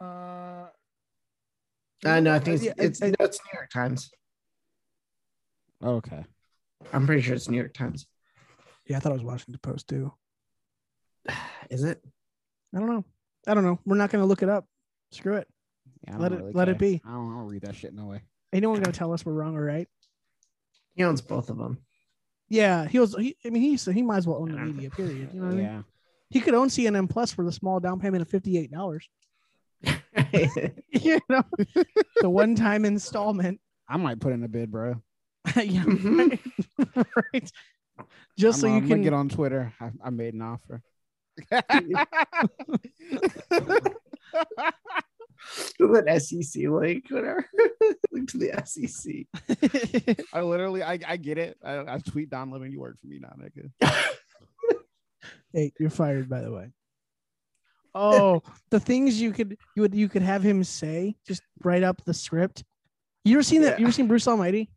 A: Uh,
C: I know. I think
A: Yeah,
C: it's, it's,
A: I- I-
C: no, it's New York Times.
B: Okay.
C: I'm pretty sure it's New York Times.
A: yeah, I thought it was Washington Post too.
C: Is it?
A: I don't know. I don't know. We're not gonna look it up. Screw it.
B: Yeah, I don't
A: Let it-
B: really
A: let it
B: care.
A: be.
B: I don't, I don't read that shit no way.
A: Ain't no one gonna tell us we're wrong or right.
C: He owns both of them.
A: Yeah, he was. He, I mean, he so he might as well own the
C: Yeah.
A: media. Period. You know what I mean?
B: Yeah.
A: He could own CNN Plus for the small down payment of fifty eight dollars. You know, the one time installment.
B: I might put in a bid, bro.
A: yeah,
C: Mhm.
A: right. right. Just so
B: Mm-hmm. I'm, uh,
A: you
B: I'm
A: can
B: gonna get on Twitter. I, I made an offer.
C: that SEC E link, whatever. link to the E SEC.
B: I literally, I, I get it. I, I tweet Don Lemon. You work for me now, nigga.
A: Hey, you're fired, by the way. Oh, the things you could you would you could have him say just write up the script. You ever seen that? You ever seen Bruce Almighty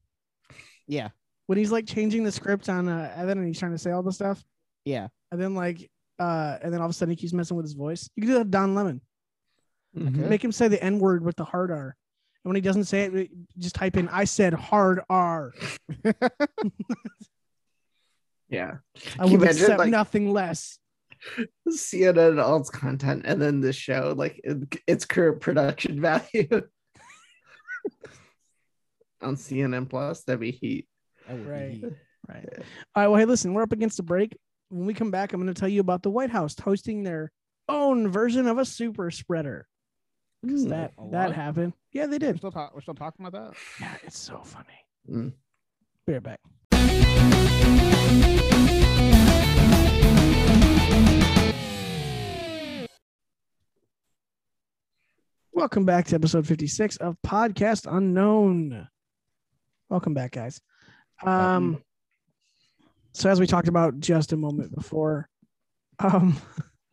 B: Yeah,
A: when he's like changing the script on uh, Evan and he's trying to say all the stuff,
B: yeah.
A: and then like uh and then all of a sudden he keeps messing with his voice. You could do that with Don Lemon.
C: Mm-hmm.
B: Mhm.
A: Make him say the N word with the hard R, and when he doesn't say it, just type in "I said hard R."
C: Yeah.
A: I
C: Can you
A: will
C: imagine,
A: accept
C: like-
A: nothing less.
C: CNN and all its content, and then the show, like it- its current production value on CNN Plus. That'd be heat.
B: That would be
A: Right.
B: heat.
A: Right. All right. Well, hey, listen, we're up against the break. When we come back, I'm going to tell you about the White House hosting their own version of a super spreader. 'Cause
C: Mm.
A: that
B: a
A: that
B: what?
A: happened. Yeah, they
B: We're
A: did.
B: still, talk, we're still talking about that.
A: Yeah, it's so funny.
C: Mm.
A: Be right back. Welcome back to episode 56 of Podcast Unknown. Welcome back, guys. Um, so as we talked about just a moment before, um,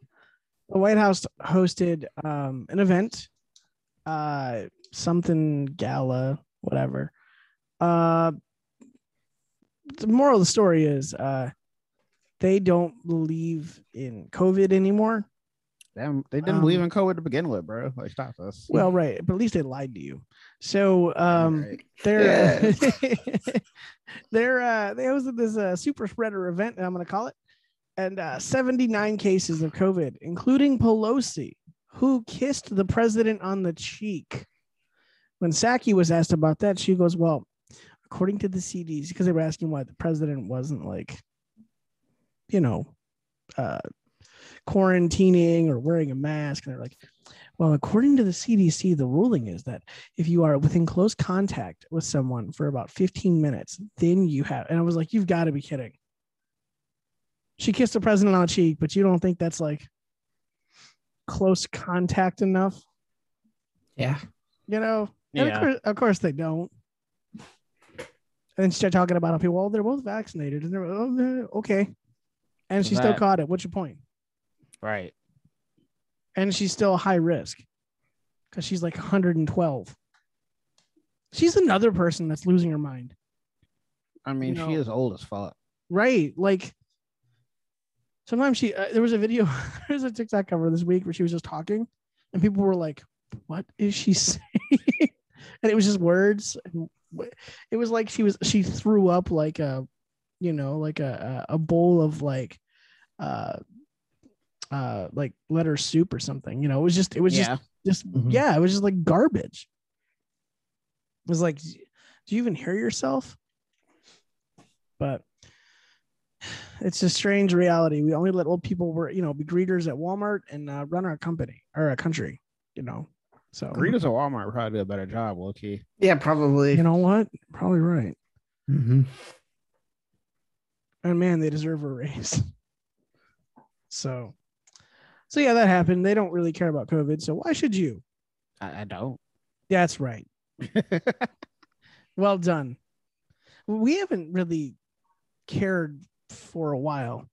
A: the White House hosted um, an event, uh, something gala, whatever. Uh, the moral of the story is uh, they don't believe in COVID anymore.
B: Damn, they
A: Um,
B: didn't believe in COVID to begin with, bro. Like, stop us.
A: Well, right, but at least they lied to you. So um,
B: Mm-hmm. Right.
A: they're uh, they're uh, they hosted this uh, super spreader event. I'm going to call it, and uh, 79 cases of COVID, including Pelosi, who kissed the president on the cheek. When Saki was asked about that, she goes, "Well, according to the CDC, because they were asking why the president wasn't like, you know, uh, quarantining or wearing a mask," and they're like. Well, according to the CDC, the ruling is that if you are within close contact with someone for about 15 minutes, then you have. And I was like, you've got to be kidding. She kissed the president on the cheek, but you don't think that's like close contact enough?
C: Yeah.
A: You know? And of, course, of course they don't. And then she started talking about how people, well, they're both vaccinated. And they're oh, they're- okay. And
B: So
A: she still
B: that-
A: caught it. What's your point?
B: Right.
A: and she's still high risk because she's like 112 She's another person that's losing her mind,
B: I mean,
A: You
B: she
A: know-
B: is old as fuck.
A: right? Like sometimes she. Uh, there was a video. there was a TikTok cover this week where she was just talking, and people were like, "What is she saying?" and it was just words. And wh- it was like she was she threw up like a, you know, like a a a bowl of like, uh, uh, like letter soup or something. You know, it was just it was just
B: yeah.
A: just
C: Mhm.
A: yeah, it was just like garbage. It was like, do you even hear yourself? But it's a strange reality. We only let old people were you know be greeters at Walmart and uh, run our company or our country. You know, so
B: Greeters at Walmart probably did a better job, low key.
C: Yeah, probably.
A: you know what? Probably right.
C: Mhm.
A: And man, they deserve a raise. So, so yeah, that happened. They don't really care about COVID, so why should you?
B: I, I don't.
A: That's right. Well done. We haven't really cared for a while.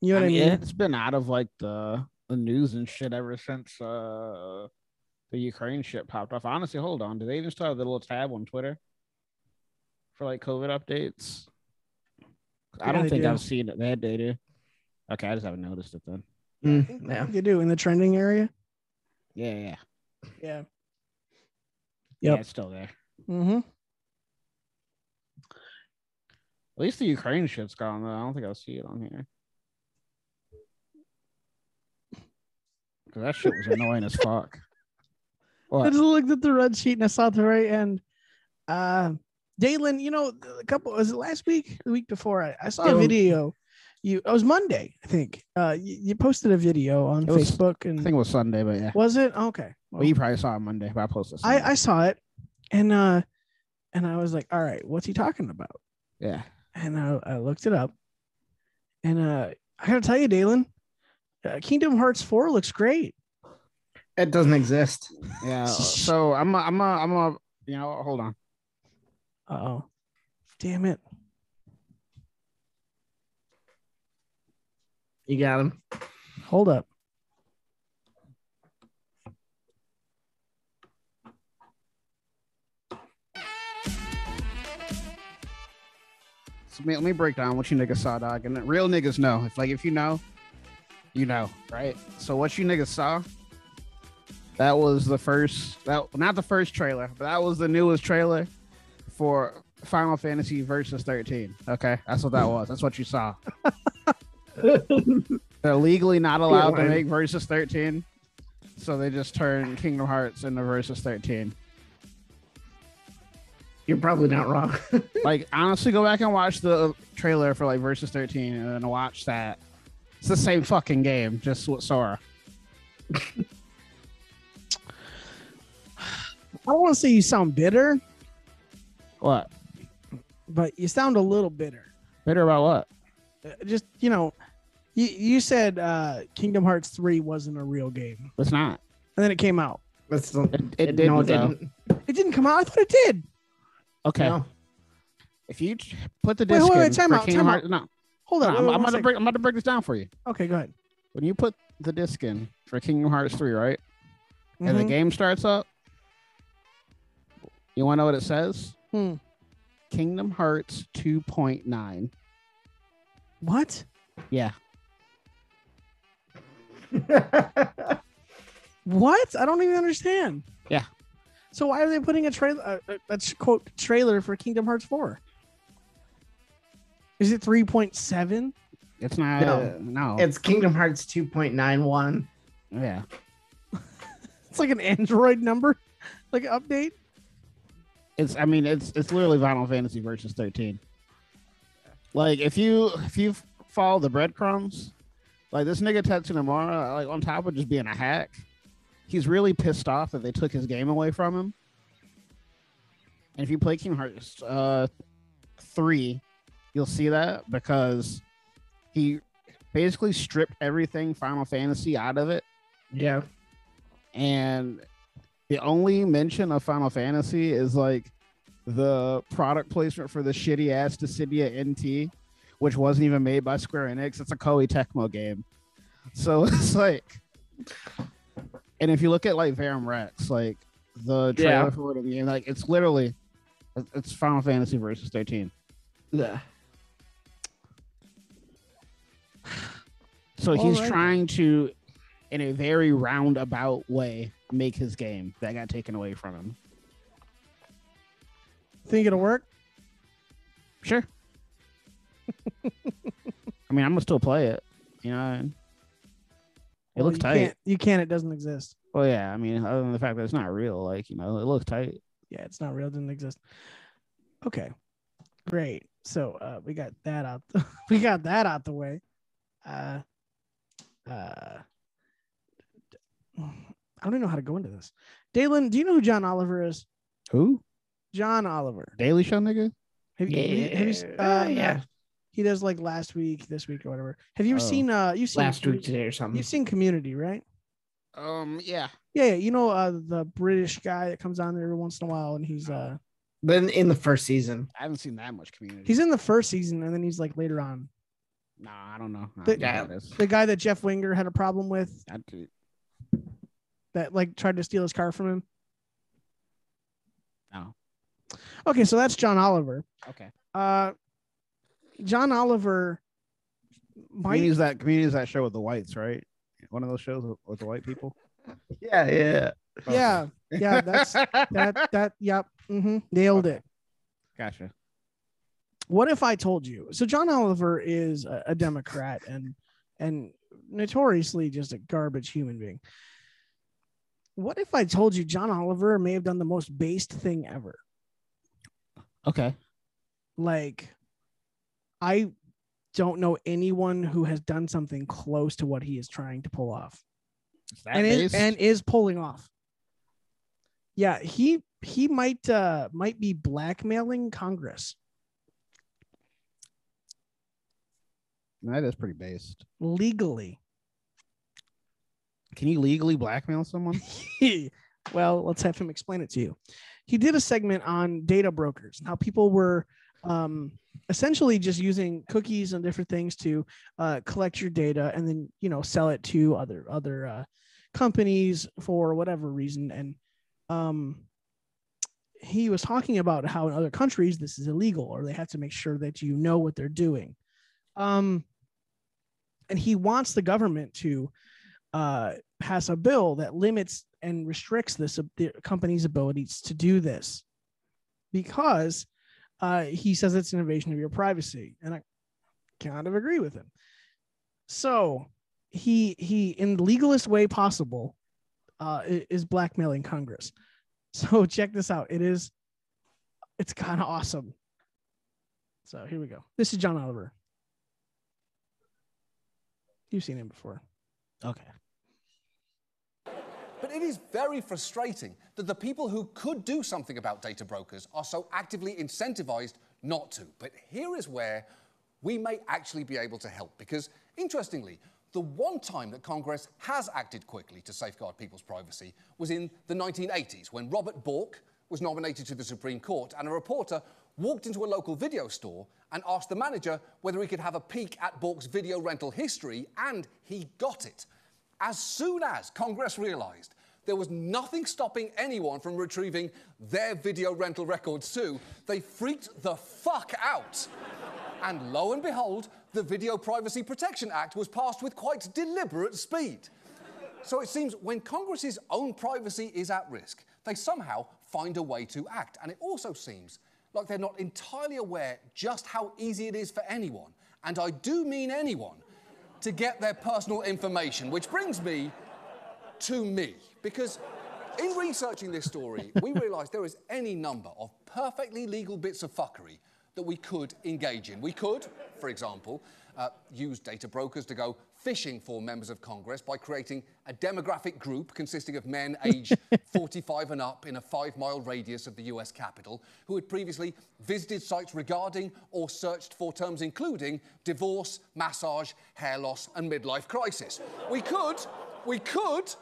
A: You know
B: I
A: what
B: mean,
A: I mean?
B: it's been out of like the the news and shit ever since uh the Ukraine shit popped off. Honestly, hold on. Did they even still have the little tab on Twitter for like COVID updates?
A: Yeah,
B: I don't
A: they
B: think
A: do.
B: I've seen it. They they do. Okay, I just haven't noticed it then.
C: Mm, yeah.
A: You do in the trending area.
B: Yeah, yeah.
A: Yeah.
B: Yeah,
A: Yep.
B: it's still there.
A: Mm-hmm.
B: At least the Ukraine shit's gone though. I don't think I'll see it on here. Cause that shit was annoying as fuck.
A: I
B: What?
A: just looked at the red sheet and I saw at the right end. Uh, Dalen, you know, a couple was it last week, the week before? I, I saw a
C: Dalen-
A: video. You it was Monday, I think. Uh, you, you posted a video on
B: It was-
A: Facebook, and
B: I think it was Sunday, but yeah.
A: was it okay?
B: Well, you probably saw it Monday, but I posted. Sunday.
A: I, I saw it, and uh, and I was like, all right, what's he talking about?
B: yeah.
A: and I, I looked it up. And uh, I gotta tell you, Dalen, uh, Kingdom Hearts Four looks great.
C: It doesn't exist.
B: Yeah. So I'm a, I'm a, I'm a, you know, what, hold on.
A: Uh oh, damn it!
C: You got him.
A: Hold up.
B: So let me, let me break down what you niggas saw, dog. And real niggas know. If like if you know, you know, right? So what you niggas saw, that was the first that not the first trailer, but that was the newest trailer for Final Fantasy Versus 13. Okay, that's what that was. That's what you saw. They're legally not allowed to
C: Yeah.
B: make Versus 13, so they just turned Kingdom Hearts into Versus 13.
C: You're probably not wrong.
B: like honestly go back and watch the trailer for like versus 13 and then watch that it's the same fucking game just with sora
A: I don't want to say you sound bitter,
B: what
A: but you sound a little bitter.
B: bitter about what
A: Uh, Just you know, you you said uh, Kingdom Hearts Three wasn't a real game,
B: it's not
A: and then it came out.
C: That's still,
B: it, it, didn't,
C: no, it
B: though.
C: didn't.
A: It didn't come out. I thought it did.
B: okay
C: No.
B: if you ch- put the
A: Wait,
B: disc
A: wait, wait,
B: in
A: time
B: for
A: out,
B: Kingdom
A: time
B: Hearts- no,
A: Hold
B: no,
A: on.
B: I'm, I'm about to break, I'm about to break this down for you
A: Okay, go ahead.
B: when you put the disc in for kingdom hearts 3 right and the
A: Mhm.
B: game starts up you want to know what it says
A: Hmm.
B: kingdom hearts 2.9
A: What?
B: yeah
A: What? I don't even understand.
B: Yeah.
A: So why are they putting a trailer, a, a, a quote trailer for Kingdom Hearts Four? Is it three point seven?
B: it's not
C: No.
B: no
C: it's Kingdom Hearts 2.91.
B: yeah
A: It's like an Android number, like an update.
B: It's I mean it's it's literally Final Fantasy versus 13. Like if you if you follow the breadcrumbs, like this nigga Tetsunamura, like on top of just being a hack, he's really pissed off that they took his game away from him. And if you play Kingdom Hearts uh, three, you'll see that because he basically stripped everything Final Fantasy out of it
C: Yeah.
B: and the only mention of Final Fantasy is like the product placement for the shitty ass Dissidia NT, which wasn't even made by Square Enix. It's a Koei Tecmo game, so it's like, and if you look at like Verum Rex, like the trailer
C: Yeah.
B: for the game. Like it's literally, it's Final Fantasy versus thirteen.
C: Yeah.
B: So he's
A: Alright.
B: trying to, in a very roundabout way, make his game that got taken away from him.
A: Think it'll work?
B: Sure. I mean, I'm gonna still play it. You know, it
A: Well,
B: looks
A: you
B: tight.
A: Can't, you can't. It doesn't exist.
B: Well, yeah. I mean, other than the fact that it's not real, like you know, it looks tight.
A: Yeah, it's not real. It doesn't exist. Okay, great. So uh, we got that out. we got that out the way. Uh, uh, I don't even know how to go into this. Dalen, do you know who John Oliver is?
B: Who?
A: John Oliver.
B: Daily Show, nigga.
A: Have, you- have you- have you s-
C: Uh,
A: uh,
C: yeah.
A: He does like last week, this week, or whatever. Have you ever
B: Oh.
A: seen? Uh, you've seen
C: Last week today or something.
A: You've seen Community, right?
B: Um. Yeah.
A: Yeah, yeah. You know uh, the British guy that comes on there every once in a while, and he's uh
C: Then in the first season.
B: I haven't seen that much community.
A: he's in the first season, and then he's like later on.
B: Nah, I don't know. I
A: The-
B: don't know who that is.
A: The guy that Jeff Winger had a problem with
B: I do-
A: that like tried to steal his car from him.
B: No.
A: Okay, so that's John Oliver.
B: Okay.
A: Uh, John Oliver might
B: Community's that community's that show with the whites, right? One of those shows with, with the white people. Oh.
C: Yeah, yeah.
B: Okay.
A: yeah yeah that's that that yep hmm nailed it.
B: Gotcha.
A: what if I told you? So John Oliver is a, a Democrat and and notoriously just a garbage human being. What if I told you John Oliver may have done the most based thing ever?
B: Okay.
A: Like, I don't know anyone who has done something close to what he is trying to pull off
B: Is that
A: and is,
B: based?
A: and is pulling off. Yeah, he he might uh might be blackmailing Congress.
B: that is pretty based.
A: legally.
B: Can you legally blackmail someone?
A: well, let's have him explain it to you. He did a segment on data brokers and how people were um, essentially just using cookies and different things to uh, collect your data and then you know sell it to other other uh, companies for whatever reason. And um, he was talking about how in other countries this is illegal or they have to make sure that you know what they're doing. Um, and he wants the government to uh, pass a bill that limits and restricts this the company's abilities to do this because uh, he says it's an invasion of your privacy and i kind of agree with him so he he in the legalest way possible uh, i- is blackmailing congress so check this out it is it's kind of awesome so here we go this is john oliver you've seen him before
B: okay.
K: But it is very frustrating that the people who could do something about data brokers are so actively incentivized not to. But here is where we may actually be able to help because, interestingly, the one time that Congress has acted quickly to safeguard people's privacy was in the 1980s when Robert Bork was nominated to the Supreme Court and a reporter walked into a local video store and asked the manager whether he could have a peek at Bork's video rental history, and he got it. As soon as Congress realised there was nothing stopping anyone from retrieving their video rental records too, they freaked the fuck out. and lo and behold, the Video Privacy Protection Act was passed with quite deliberate speed. So it seems when Congress's own privacy is at risk, they somehow find a way to act. And it also seems like they're not entirely aware just how easy it is for anyone, and I do mean anyone, to get their personal information, which brings me to me. Because in researching this story, we realised there is any number of perfectly legal bits of fuckery that we could engage in. We could, for example, uh, use data brokers to go fishing for members of Congress by creating a demographic group consisting of men aged 45 and up in a five mile radius of the US Capitol who had previously visited sites regarding or searched for terms including divorce, massage, hair loss, and midlife crisis. We could, we could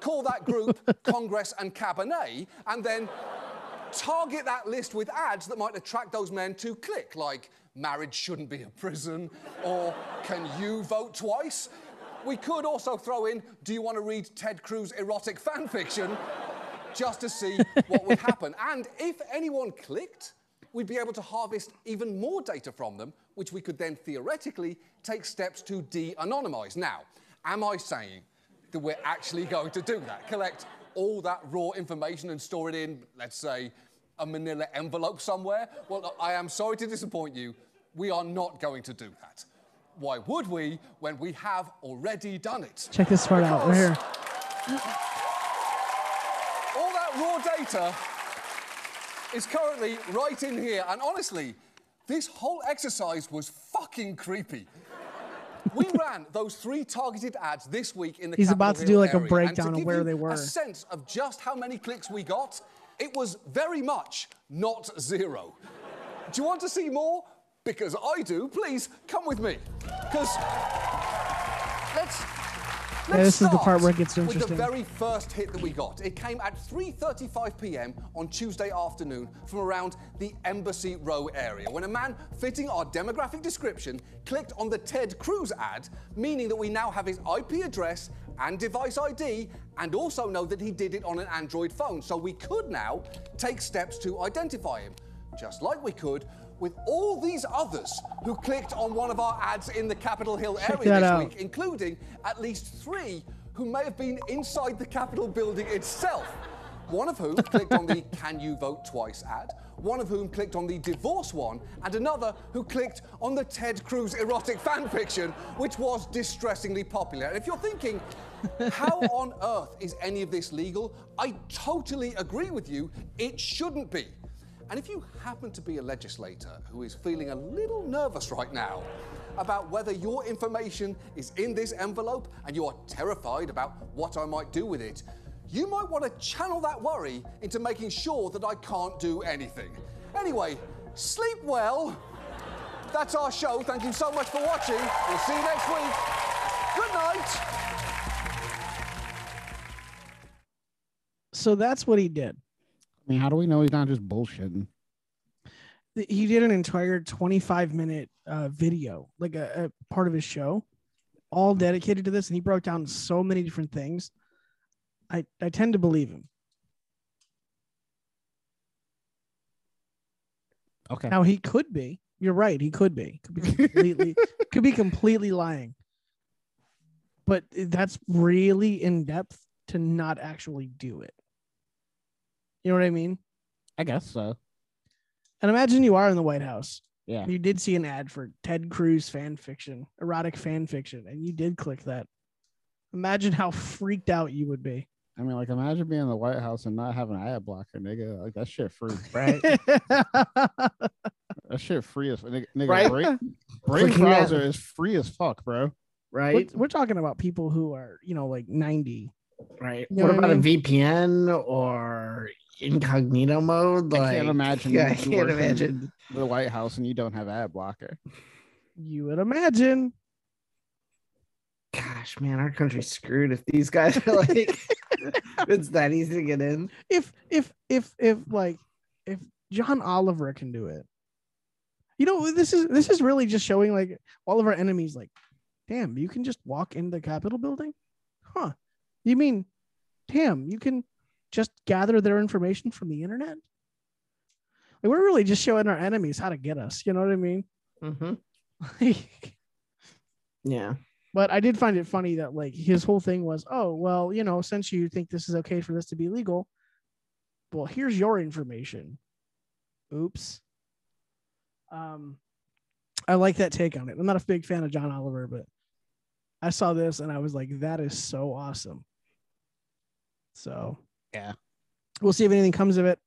K: call that group Congress and Cabernet and then target that list with ads that might attract those men to click, like marriage shouldn't be a prison or can you vote twice? We could also throw in, do you want to read Ted Cruz erotic fan fiction? just to see what would happen. And if anyone clicked, we'd be able to harvest even more data from them, which we could then theoretically take steps to de anonymize. Now, am I saying that we're actually going to do that? Collect all that raw information and store it in, let's say, a manila envelope somewhere? Well, I am sorry to disappoint you. We are not going to do that. Why would we when we have already done it?
A: Check this part out right here.
K: All that raw data is currently right in here. And honestly, this whole exercise was fucking creepy. We ran those three targeted ads this week in the
A: He's about
K: Capitol
A: to do,
K: Hill
A: like, a
K: area, and to
A: breakdown of
K: give
A: where
K: you
A: they
K: A
A: were.
K: sense of just how many clicks we got. It was very much not zero. do you want to see more? Because I do. Please come with me. Because let's
A: Yeah, this is the part
K: start
A: where it gets
K: With the
A: interesting.
K: very first hit that we got, it came at 3:35 p.m. on Tuesday afternoon from around the Embassy Row area, when a man fitting our demographic description clicked on the Ted Cruz ad, meaning that we now have his IP address and device ID, and also know that he did it on an Android phone. So we could now take steps to identify him, just like we could. With all these others who clicked on one of our ads in the Capitol Hill
A: Check
K: area
A: that
K: this
A: out.
K: week, including at least three who may have been inside the Capitol building itself. One of whom clicked on the Can You Vote Twice ad, one of whom clicked on the divorce one, and another who clicked on the Ted Cruz erotic fan fiction, which was distressingly popular. And if you're thinking, how on earth is any of this legal? I totally agree with you, it shouldn't be. And if you happen to be a legislator who is feeling a little nervous right now about whether your information is in this envelope and you are terrified about what I might do with it, you might want to channel that worry into making sure that I can't do anything. Anyway, sleep well. That's our show. Thank you so much for watching. We'll see you next week. Good night.
A: So that's what he did.
B: I mean, how do we know he's not just bullshitting?
A: Th- He did an entire 25 minute uh, video, like a, a part of his show, all dedicated to this, and he broke down so many different things. I I tend to believe him.
B: Okay.
A: Now he could be. You're right. He could be. Could be completely. could be completely lying. But that's really in depth to not actually do it. You know what I mean?
B: I guess so.
A: And imagine you are in the White House.
B: Yeah.
A: You did see an ad for Ted Cruz fan fiction, erotic fan fiction, and you did click that. Imagine how freaked out you would be.
B: I mean, like, imagine being in the White House and not having an ad blocker, nigga. Like, that shit free.
C: Right.
B: That shit free as nigga. nigga
C: Right?
B: Brave, Brave
C: Freaking out.
B: browser is free as fuck, bro.
C: right?
A: We're, we're talking about people who are, you know, like 90.
C: right.
A: You know
C: what
A: what I
C: about
A: mean?
C: a VPN or incognito mode? Like,
B: I can't imagine.
C: Yeah, I
B: you
C: can't
B: working in
C: imagine.
B: the White House and you don't have ad blocker.
A: You would imagine.
C: Gosh, man, our country's screwed if these guys are like, it's that easy to get in.
A: if if if if like if John Oliver can do it, you know this is this is really just showing like all of our enemies like, damn, you can just walk in the Capitol building, huh? You mean, damn, you can just gather their information from the internet. Like we're really just showing our enemies how to get us. You know what I mean?
C: Mm-hmm.
A: Like,
C: Yeah.
A: but I did find it funny that like his whole thing was, oh well, you know, since you think this is okay for this to be legal, well, here's your information. Oops. Um, I like that take on it. I'm not a big fan of John Oliver, but I saw this and I was like, that is so awesome. So
B: Yeah.
A: we'll see if anything comes of it.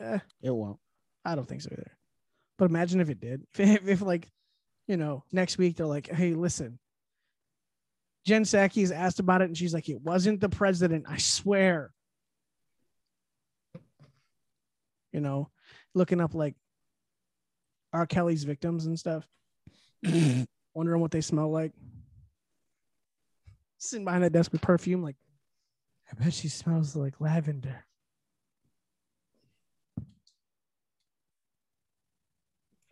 A: Eh,
B: It won't.
A: I don't think so either. But imagine if it did. If, if like, you know, next week they're like, hey, listen, Jen Psaki is asked about it and she's like, it wasn't the president, I swear. You know, looking up like R. Kelly's victims and stuff, wondering what they smell like. Sitting behind that desk with perfume, like, I bet she smells like lavender.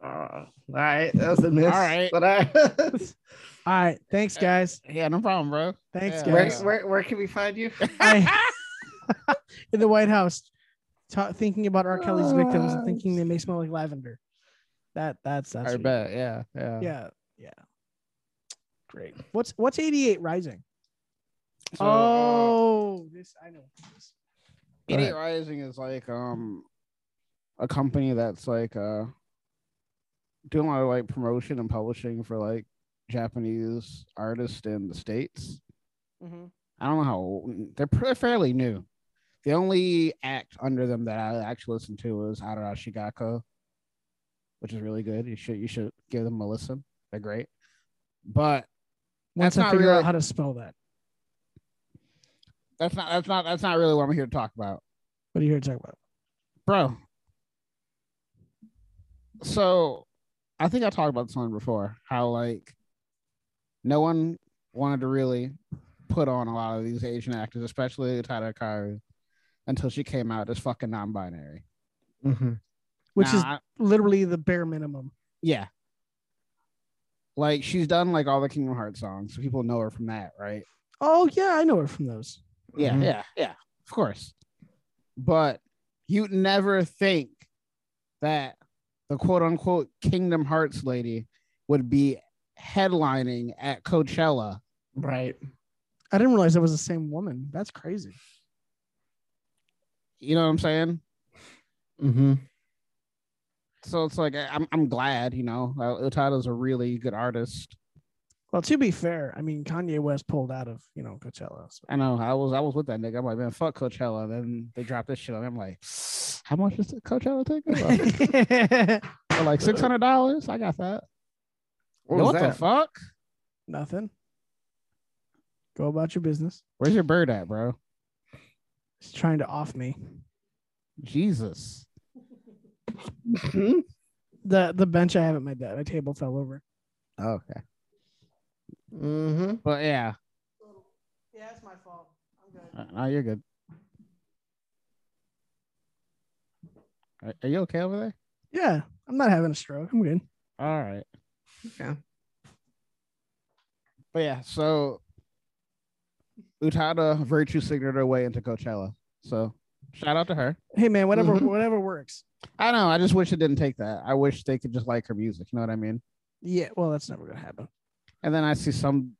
C: Uh, all right. That was a miss.
B: All right.
C: But I,
A: All right. Thanks, guys.
B: Yeah, no problem, bro.
A: Thanks,
B: Yeah.
C: where,
A: guys.
C: where, where can we find you?
A: I- in the White House, ta- thinking about R. Kelly's victims and thinking they may smell like lavender. That that's that's.
B: Uh, I
A: what-
B: bet. Yeah. Yeah.
A: Yeah, yeah. Great. What's what's eighty eight Rising?
B: So, uh,
A: oh, this I know. This. Go ahead.
B: Idiot Rising is like um a company that's like uh doing a lot of like promotion and publishing for like Japanese artists in the states.
A: Mhm.
B: I don't know how old- they're pr- fairly new. The only act under them that I actually listened to was Arara Shigako, which is really good. You should you should give them a listen. They're great, but
A: Once
B: that's
A: I
B: not
A: figure
B: really
A: out how to spell that.
B: that's not that's not that's not really what I'm here to talk about.
A: What are you here to talk about?
B: bro. So, I think I talked about this one before. How like no one wanted to really put on a lot of these Asian actors, especially Tyler Kyrie, until she came out as fucking non-binary,
A: Which is
B: Nah, I-
A: literally the bare minimum.
B: yeah. Like she's done like all the Kingdom Hearts songs, so people know her from that, right?
A: Oh yeah, I know her from those.
B: Yeah,
A: Mhm.
B: yeah, yeah. Mm-hmm. Of course. But you'd never think that the quote unquote Kingdom Hearts lady would be headlining at Coachella.
C: Right.
A: I didn't realize that was the same woman. That's crazy.
B: You know what I'm saying?
C: Mm-hmm.
B: So it's like I- I'm I'm glad, you know. Uh, Utada's a really good artist.
A: Well, to be fair, I mean Kanye West pulled out of you know Coachella. So.
B: I know I was I was with that nigga. I'm like, man, fuck Coachella. Then they dropped this shit on me. I'm like, how much is Coachella ticket? They're like six hundred dollars. I got that.
C: What
B: Yo,
C: was
B: what the
C: that?
B: fuck?
A: Nothing. Go about your business.
B: Where's your bird at, bro?
A: He's trying to off me.
B: Jesus.
A: The the bench I have at my dad, my table fell over.
B: Okay.
C: Mm-hmm.
B: But yeah,
A: Yeah, it's my fault. I'm good.
B: Uh, No, you're good. Are, are you okay over there?
A: Yeah, I'm not having a stroke. I'm good.
B: All right.
C: Okay.
B: But yeah, so Utada virtue signaled her way into Coachella. So shout out to her.
A: Hey man, whatever
C: Mhm.
A: whatever works.
B: I know. I just wish it didn't take that. I wish they could just like her music. You know what I mean?
A: Yeah, well that's never gonna happen.
B: And then I see some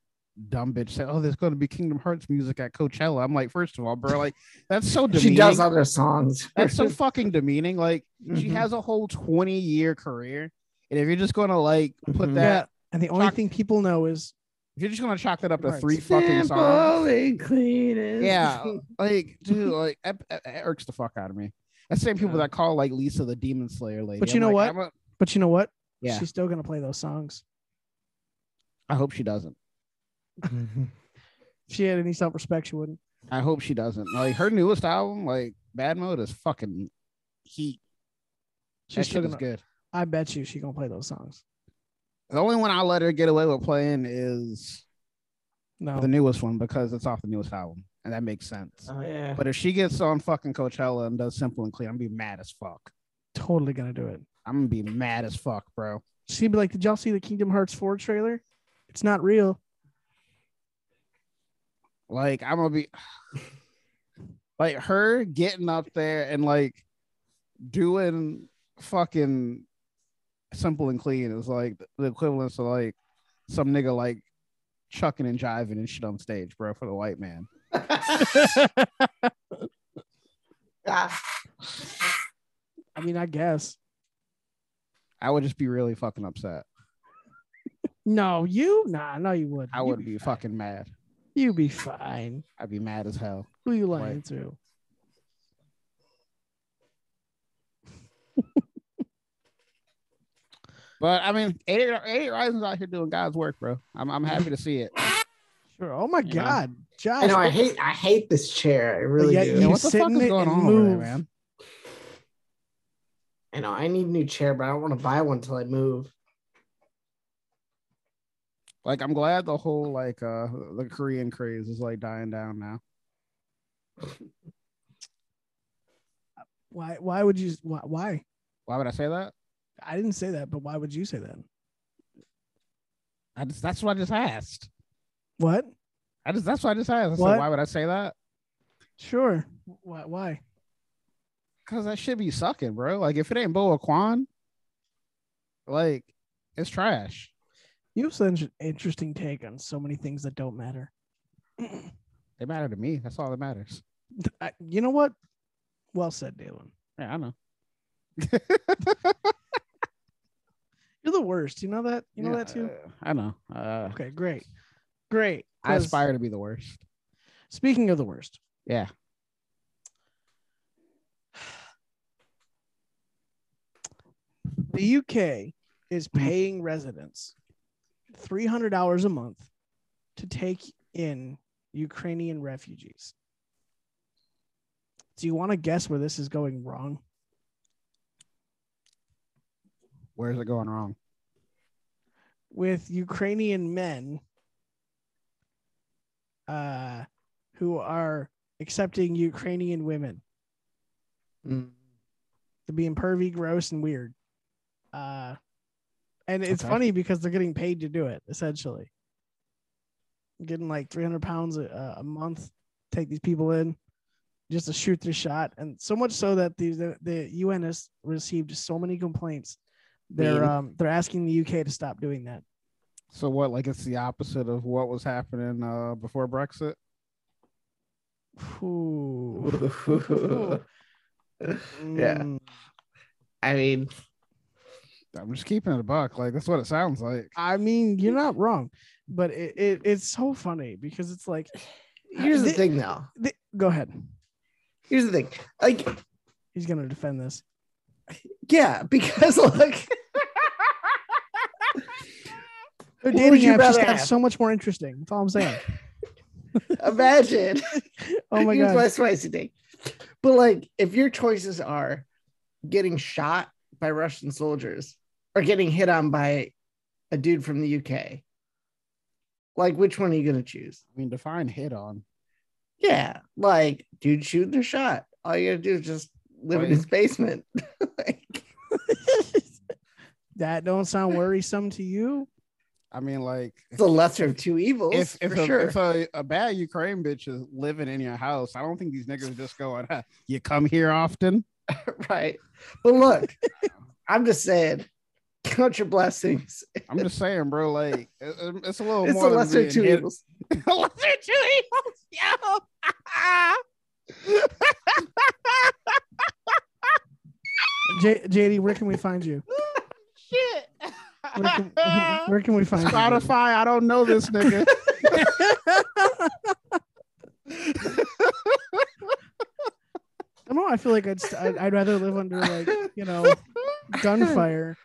B: dumb bitch say, "Oh, there's going to be Kingdom Hearts music at Coachella." I'm like, first of all, bro, like that's so demeaning.
C: She does other songs.
B: That's so fucking demeaning. Like she
C: Mhm.
A: Mm-hmm.
B: has a whole 20 year career. And if you're just gonna like put
A: Mm-hmm.
C: Mhm.
B: that,
A: And the only
B: Talk-
A: thing people know is
B: if you're just gonna chalk that up to
A: Hearts.
B: three fucking songs,
C: and clean.
B: yeah, like dude, like that, that irks the fuck out of me. That's the same people that call like Lisa the Demon Slayer lady.
A: But you know
B: like,
A: what?
B: I'm a-
A: but you know what?
B: Yeah.
A: She's still gonna play those songs.
B: I hope she doesn't.
A: If she had any self respect, she wouldn't.
B: I hope she doesn't. Like her newest album, like Bad Mode, is fucking heat.
A: She's
B: that shit
A: still
B: is
A: gonna,
B: good.
A: I bet you she gonna play those songs.
B: The only one I let her get away with playing is
A: No.
B: the newest one because it's off the newest album, and that makes sense.
C: Oh yeah.
B: But if she gets on fucking Coachella and does simple and clean, I'm gonna be mad as fuck.
A: totally gonna do it.
B: I'm gonna be mad as fuck, bro.
A: She'd be like, Did y'all see the Kingdom Hearts 4 trailer? It's not real.
B: Like I'm gonna be like her getting up there and like doing fucking simple and clean is like the equivalence of like some nigga like chucking and jiving and shit on stage, bro, for the white man.
A: I mean, I guess.
B: I would just be really fucking upset.
A: No, you? Nah, no, you would.
B: I
A: you,
B: would be fucking mad.
A: You be fine.
B: I'd be mad as hell.
A: Who you lying to?
B: But I mean, 88 Rising's out here doing God's work, bro. I'm I'm happy to see it.
A: Sure. Oh my
B: know.
A: God, Josh.
C: I know. I
A: what-
C: hate. I hate this chair. I really
A: Yeah,
C: do.
A: you
B: Yeah, what the
A: sit
B: fuck
A: in
B: is
A: it
B: going
A: and
B: on over there,
A: move.
B: man?
C: I know. I need a new chair, but I don't want to buy one until I move.
B: Like, I'm glad the whole like uh the Korean craze is like dying down now.
A: Why? Why would you? Why, why?
B: Why would I say that?
A: I didn't say that, but why would you say that?
B: I just that's what I just asked.
A: What?
B: I just that's what I just asked. I said,
A: What?
B: why would I say that?
A: Sure. Why? Why?
B: Cause that should be sucking, bro. Like if it ain't Boa Kwan, like it's trash.
A: You have such an interesting take on so many things that don't matter.
B: They matter to me. That's all that matters.
A: I, you know what? Well said, Dalen.
B: Yeah, I know.
A: You're the worst. You know that. You know
B: Yeah,
A: that too.
B: I know. Uh,
A: Okay, great, great.
B: I
A: 'Cause
B: aspire to be the worst.
A: Speaking of the worst,
B: Yeah.
A: the UK is paying residents three hundred dollars a month to take in Ukrainian refugees. Do you want to guess where this is going wrong?
B: Where's it going wrong?
A: with Ukrainian men uh, who are accepting Ukrainian women.
C: Mm.
A: They're being pervy, gross, and weird. Uh, and it's
B: Okay.
A: funny because they're getting paid to do it, essentially. Getting like 300 pounds a, a month, take these people in just to shoot their shot. And so much so that the, the, the UN has received so many complaints. They're,
B: Mean.
A: um, they're asking the UK to stop doing that.
B: So what? Like it's the opposite of what was happening uh, before Brexit.
A: Ooh.
C: yeah.
A: Mm,
C: I mean,
B: I'm just keeping it a buck. Like that's what it sounds like.
A: I mean, you're not wrong, but it, it it's so funny because it's like,
C: here's the
A: Thi-
C: thing though.
A: th- go ahead.
C: Here's the thing. Like,
A: He's gonna defend this.
C: yeah, because look,
A: Her
C: What would
A: dating
C: you
A: app just
C: rather
A: got
C: have?
A: so much more interesting. That's all I'm saying.
C: imagine.
A: Oh my
C: Here's my
A: god.
C: spicy thing. But like, if your choices are getting shot by Russian soldiers or getting hit on by a dude from the UK, like, which one are you gonna choose?
B: I mean, define hit on.
C: Yeah, like, dude, shooting their shot. All you gotta do is just live in his basement. like,
A: That don't sound worrisome to you.
B: I mean, like
C: it's the lesser of two evils
B: if if,
C: for
B: a,
C: sure.
B: if a, a bad Ukraine bitch is living in your house, I don't think these niggas are just going. "Huh, You come here often.
C: right? But look, I'm just saying, count your blessings.
B: I'm just saying, bro. Like it- it- it's a little
C: It's
B: more.
C: the
B: than
C: lesser
B: being
C: of two
B: hit-
C: evils.
B: lesser of two evils. Yo.
A: J- JD, where can we find you?
B: Shit.
A: Where can, where can we find you?
B: Spotify. I don't know this nigga.
A: I don't know. I feel like I'd st- I'd, I'd rather live under like you know gunfire.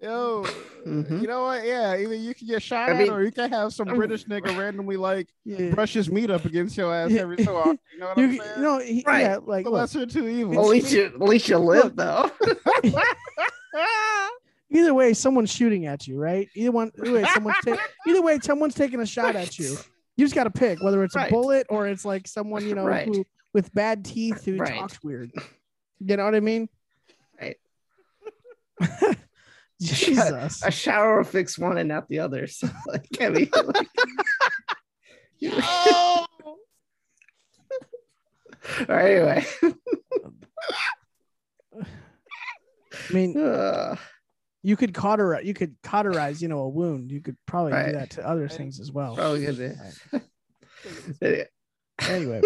B: Yo,
C: Mhm.
A: Mm-hmm.
B: you know what? Yeah, either you can get shot
C: I
B: at,
C: mean-
B: or you can have some British nigga randomly like
A: Yeah.
B: brush his meat up against your ass every so often. You know what
A: You,
B: I'm
A: you
B: saying?
A: know, he,
C: Right.
A: yeah, like
B: the
A: look, Oh,
B: lesser of two
C: At
B: evils.
C: least you, at least you live though.
A: either way, someone's shooting at you, right? Either one, either way, someone's ta- either way, someone's taking a shot at you. You just got to pick whether it's
C: Right.
A: a bullet or it's like someone you know
C: Right.
A: who with bad teeth who
C: Right.
A: talks weird. You know what I mean?
C: Right.
A: Jesus.
C: a shower will fix one and not the other. So like, I mean, like, all right, anyway,
A: I mean,
C: Uh,
A: you could cauterize. You could cauterize. You know, a wound. You could probably do
C: Right.
A: that to other things as well.
C: probably good. to-
A: anyway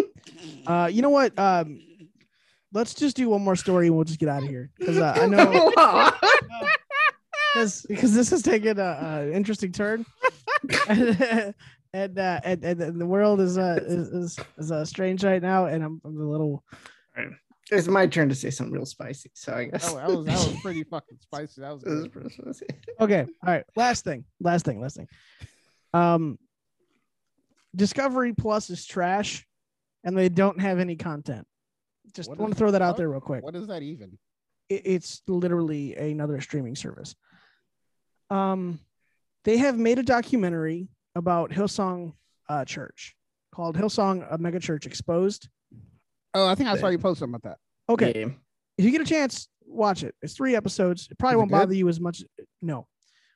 A: uh you know what um let's just do one more story and we'll just get out of here because uh, i know because this has taken a, a interesting turn and uh and, and, and the world is uh is is, is uh, strange right now and i'm, I'm a little
C: it's my turn to say something real spicy. So I guess
B: That, wa- that was that was pretty fucking spicy. That was
A: Uh-huh.
C: This is
B: good.
C: pretty spicy.
A: okay all right last thing last thing last thing um discovery plus is trash and they don't have any content just
B: What
A: want
B: is-
A: to throw that out
B: what?
A: there real quick
B: What is that even?
A: it, it's literally another streaming service. Um, they have made a documentary about Hillsong uh, Church called "Hillsong: A Mega Church Exposed."
B: Oh, I think I saw you post something about that.
A: Okay,
C: Yeah.
A: if you get a chance, watch it. It's three episodes. It probably
B: Is it
A: won't
B: good?
A: bother you as much. No.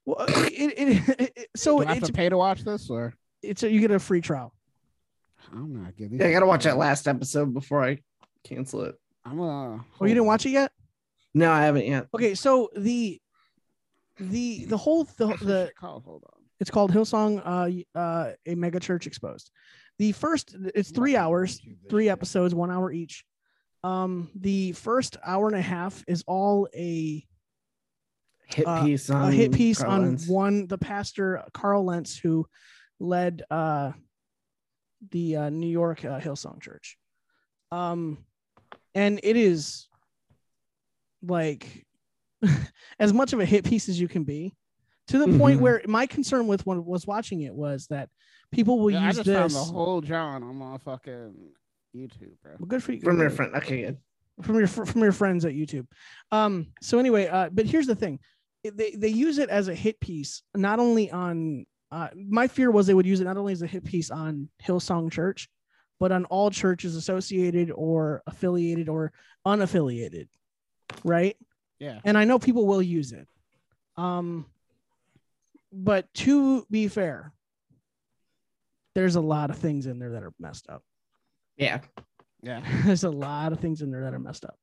A: Well, uh, Oh, it, it, it, it- so
B: Do I have
A: it's
B: to pay to watch this or?
A: it's a, you get a free trial. Oh,
B: I'm not giving.
C: Yeah, I gotta watch that last episode before I cancel it.
B: I'm uh.
A: Oh, you didn't watch it yet?
C: No, I haven't yet.
A: Okay, so the the the whole the, the
B: called. Hold on.
A: it's called Hillsong uh uh a mega church exposed. The first it's 3 hours, 3 episodes, 1 hour each. Um the first hour and a half is all a
C: Hit
A: uh,
C: piece on
A: a hit piece
C: Carl
A: on
C: Lentz.
A: one the pastor Carl Lentz who led uh the uh, New York uh, Hillsong Church. Um and it is like as much of a hit piece as you can be to the point
C: Mm-hmm.
B: Mhm.
A: where my concern with when I was watching it was that people will
B: Yeah, I
A: use
B: just found
A: this
B: the whole John on my fucking YouTube, bro.
A: well, good for you
C: from your friend. Okay, good.
A: from your fr- from your friends at YouTube. Um. So anyway, uh, but here's the thing, It- they they use it as a hit piece, not only on. Uh, my fear was they would use it not only as a hit piece on Hillsong Church, but on all churches associated or affiliated or unaffiliated, right?
B: Yeah.
A: And I know people will use it. Um, but to be fair, there's a lot of things in there that are messed up.
C: Yeah.
B: Yeah.
A: there's a lot of things in there that are messed up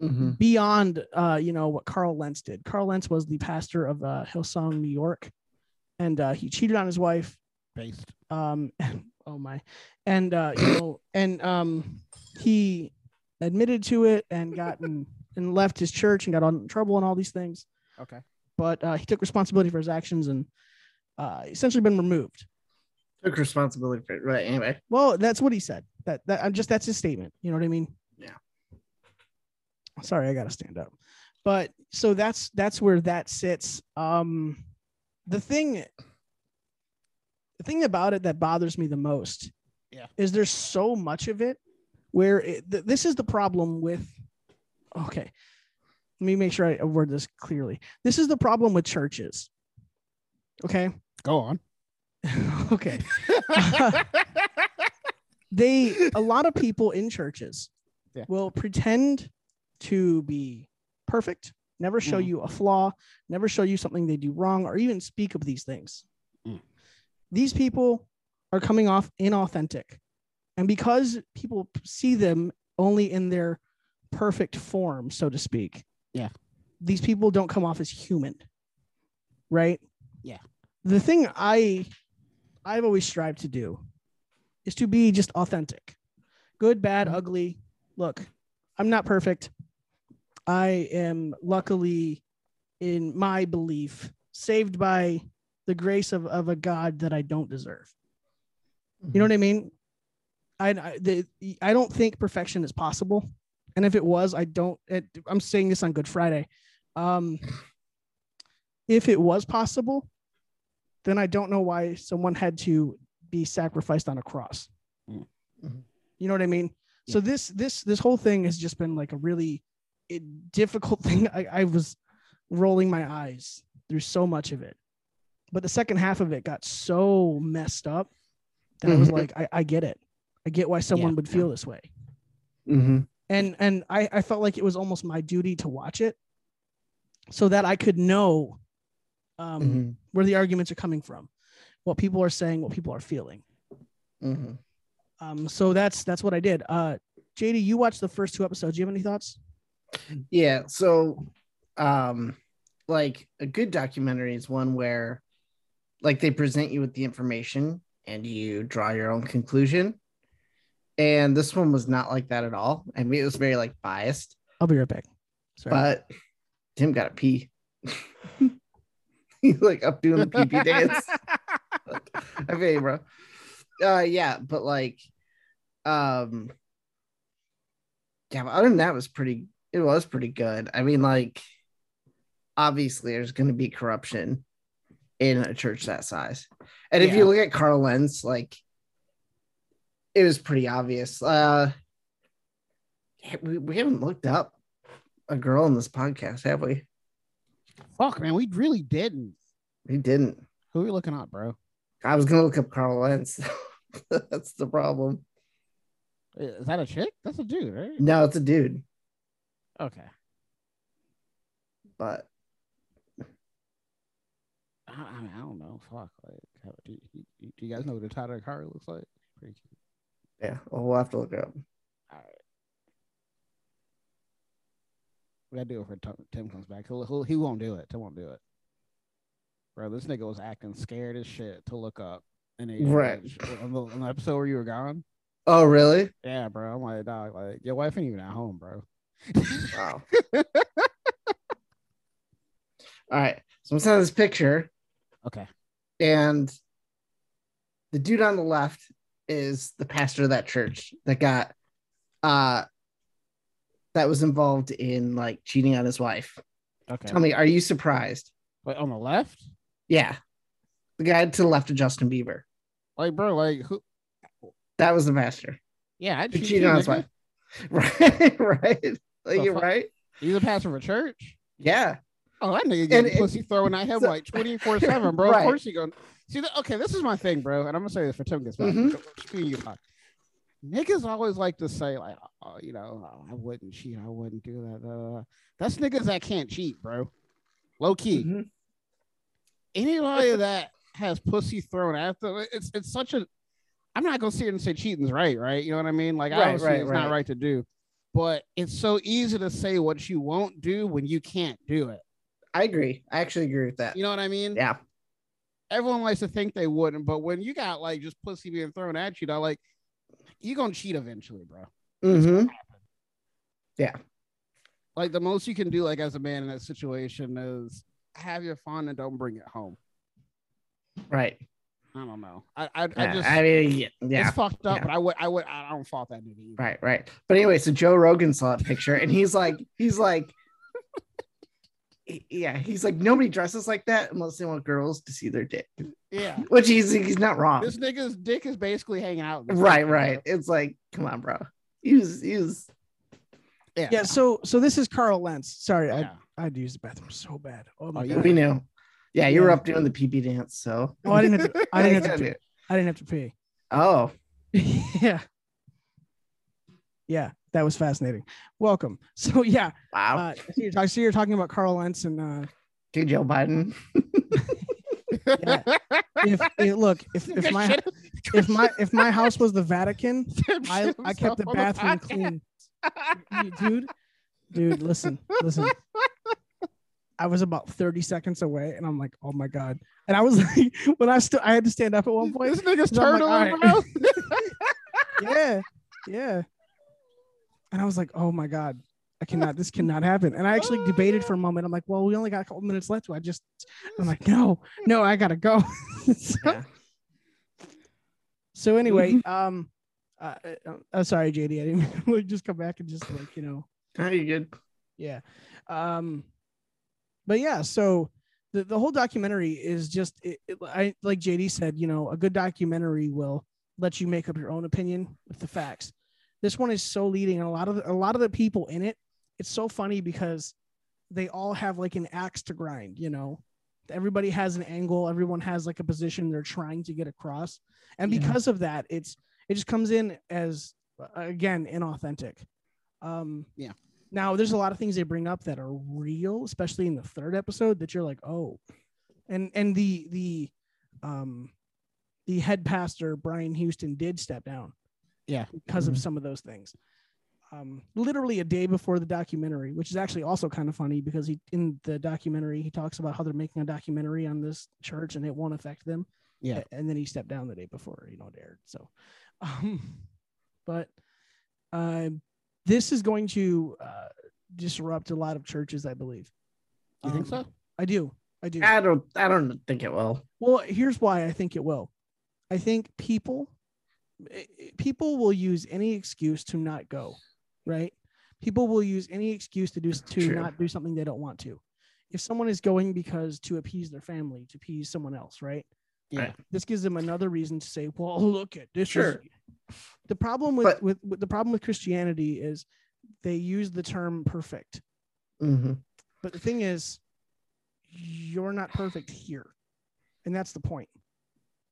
C: Mhm.
A: beyond uh, you know what Carl Lentz did. Carl Lentz was the pastor of uh, Hillsong, New York, and uh, he cheated on his wife.
B: Based.
A: Um, oh my, and uh, you know, and um, he admitted to it and gotten and left his church and got on in trouble and all these things.
B: Okay.
A: But uh, he took responsibility for his actions and uh, essentially been removed.
C: Took responsibility for it. Right. Anyway.
A: Well, that's what he said. That that I'm just that's his statement. You know what I mean?
C: Yeah.
A: Sorry, I gotta stand up. But so that's that's where that sits. Um the thing the thing about it that bothers me the most
B: Yeah.
A: is there's so much of it where it, th- this is the problem with okay let me make sure i word this clearly this is the problem with churches okay
B: Go on.
A: okay they a lot of people in churches
B: Yeah.
A: will pretend to be perfect never show
B: Mhm.
A: you a flaw never show you something they do wrong or even speak of these things
B: Mm.
A: these people are coming off inauthentic and because people see them only in their perfect form so to speak
B: Yeah.
A: these people don't come off as human right
B: Yeah.
A: the thing i i've always strived to do is to be just authentic good bad ugly look i'm not perfect i am luckily in my belief saved by the grace of, of a god that i don't deserve you know what i mean I, I, the, I don't think perfection is possible and if it was i don't it, i'm saying this on good friday um if it was possible then i don't know why someone had to be sacrificed on a cross
B: Mm.
C: Mhm.
A: you know what i mean so this this this whole thing has just been like a really eh, difficult thing I, I was rolling my eyes through so much of it but the second half of it got so messed up that i was
C: Mhm.
A: like I, I get it i get why someone
B: Yeah.
A: would feel this way
C: Mm-hmm.
A: and and I, I felt like it was almost my duty to watch it so that i could know um,
C: Mm-hmm.
A: where the arguments are coming from what people are saying what people are feeling
C: Mm-hmm.
A: um, so that's that's what i did uh, jd you watched the first two episodes do you have any thoughts
C: Yeah. So, um, like a good documentary is one where, like, they present you with the information and you draw your own conclusion. And this one was not like that at all. I mean, it was very like biased,
A: i'll be right back sorry
C: but Tim got a pee. He's like up doing the pee pee dance. I feel you, bro. Uh, yeah, but like, um, yeah. But other than that, it was pretty. It was pretty good. I mean, like, obviously, there's going to be corruption in a church that size, and if
B: Yeah.
C: you look at Carl Lentz, like, it was pretty obvious. Uh, we, we haven't looked up a girl in this podcast, have we?
B: Fuck, man, we really didn't.
C: We didn't.
B: Who are you looking up, bro?
C: I was gonna look up Carl Lentz. That's the problem.
B: Is that a chick? That's a dude, right?
C: No, it's a dude,
B: Okay.
C: but
B: I, I, mean, I don't know. Fuck. Like, how, do, you, do you guys know what the title of the car looks like? Pretty cute.
C: Yeah, well, we'll have to look it up.
B: We gotta do it for Tim- Tim comes back. He'll, he'll, he won't do it. Tim won't do it. Bro, this nigga was acting scared as shit to look up. And he,
C: Right.
B: on, the, on the episode where you were gone.
C: Oh, really?
B: Yeah, bro. I'm like, dog, like your wife ain't even at home, bro.
C: Wow. All right. So I'm sending this picture,
B: Okay.
C: and the dude on the left is the pastor of that church that got uh that was involved in like cheating on his wife.
B: Okay.
C: Tell me, are you surprised?
B: Wait, on the left?
C: Yeah. The guy to the left of Justin Bieber.
B: Like, bro, like who
C: That was the pastor.
B: yeah, I
C: Who cheated on his wife. Right, right. Like,
B: The
C: you're
B: fuck?
C: right.
B: He's a pastor of a church.
C: Yeah.
B: Oh, that nigga
C: And
B: getting
C: it-
B: pussy throwing at him
C: so-
B: like 24 7, bro.
C: Right.
B: Of course he going. See, th- okay, this is my thing, bro. And I'm going to say this for Tim gets back.
C: Mhm.
B: Screw you, Hawk. Niggas always like to say, like, oh, you know, oh, I wouldn't cheat. I wouldn't do that. da, da, da." That's niggas that can't cheat, bro. Low key.
C: Mhm.
B: Anybody that has pussy thrown at them, it's, it's such a. I'm not going to sit here and say cheating's right, right? You know what I mean? Like,
C: Right,
B: obviously,
C: right,
B: it's
C: right.
B: not right to do. But it's so easy to say what you won't do when you can't do it.
C: I agree. I actually agree with that.
B: You know what I mean?
C: Yeah.
B: Everyone likes to think they wouldn't, but when you got like just pussy being thrown at you, though, like you gonna cheat eventually, bro.
C: Mm-hmm. Yeah.
B: Like the most you can do, like as a man in that situation, is have your fun and don't bring it home.
C: Right.
B: I don't know. I I, I
C: Yeah,
B: just
C: I mean, yeah, yeah.
B: it's fucked up,
C: yeah.
B: but I would I would I don't fault that dude. Either.
C: Right, right. But anyway, so Joe Rogan saw that picture and he's like, he's like, yeah, he's like, nobody dresses like that unless they want girls to see their dick,
B: Yeah,
C: which he's, he's not wrong.
B: this nigga's dick is basically hanging out. in this
C: right,
B: picture,
C: right. It's like, come on, bro. Use, use.
B: bro. Yeah.
A: Yeah. So so this is Carl Lentz. Sorry,
B: yeah.
A: I I'd use the bathroom so bad. Oh
B: Oh,
A: my
B: you-
A: god.
C: We knew. Yeah, you were
A: Yeah.
C: up doing the PP dance. So,
A: Oh, I didn't have to, I didn't have to
C: Yeah.
A: pee. I didn't have to pee.
C: oh,
A: yeah. Yeah, that was fascinating. Welcome. So yeah,
C: wow.
A: uh, I see you're, talk- I see you're talking about Carl Lentz and uh,
C: Dude, Joe Biden.
A: yeah. if, if- look if, if my if my if my house was the Vatican, I, I kept the bathroom clean. You- Dude, dude, listen, listen. I was about 30 seconds away and I'm like, oh my God. And I was like, when I still I had to stand up at one point.
B: This nigga's
A: No, I'm like,
B: turtle,
A: all
B: bro.
A: Yeah. Yeah. And I was like, oh my God. I cannot, this cannot happen. And I actually debated for a moment. I'm like, well, we only got a couple minutes left. Do I just I'm like, no, no, I gotta go. so,
C: Yeah.
A: so anyway, um uh, uh, uh, sorry, JD. I didn't like, just come back and just like, you know,
C: Are you good?
A: yeah. Um, but yeah, so the, the whole documentary is just, it, it- I like JD said, you know, a good documentary will let you make up your own opinion with the facts. This one is so leading, and a lot of the, a lot of the people in it, it's so funny because they all have like an axe to grind. You know, everybody has an angle, everyone has like a position they're trying to get across, and
C: Yeah.
A: because of that, it's it just comes in as again inauthentic. Um,
B: Yeah.
A: Now, there's a lot of things they bring up that are real, especially in the third episode, that you're like, oh, and and the the um the head pastor Brian Houston did step down.
B: Yeah. Mm-hmm.
A: because of some of those things. Um, literally a day before the documentary, which is actually also kind of funny because he in the documentary he talks about how they're making a documentary on this church and it won't affect them.
B: Yeah.
A: A- and then he stepped down the day before, you know, it aired. So, um, but uh, this is going to uh, disrupt a lot of churches, I believe.
B: You think
A: Um,
B: so?
A: I do. I do.
C: I don't, I don't think it will.
A: Well, here's why I think it will. I think people eh, eh, people will use any excuse to not go, right? People will use any excuse to do to
C: True.
A: not do something they don't want to. If someone is going because to appease their family, to appease someone else, right?
B: Yeah.
A: This gives them another reason to say, "Well, look at this." is-
C: Sure.
A: The problem with,
C: But-
A: with with the problem with Christianity is they use the term perfect.
C: hmm
A: But the thing is you're not perfect here. And that's the point.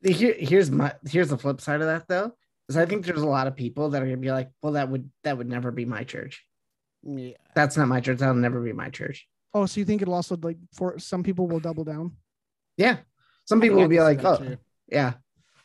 C: Here, here's my here's the flip side of that though is I think there's a lot of people that are gonna be like, well, that would that would never be my church.
B: Yeah.
C: That's not my church. That'll never be my church.
A: Oh, so you think it'll also like for some people will double down?
C: Yeah, some people
B: I
C: will be
B: can see
C: like,
B: that
C: oh,
B: too.
C: yeah,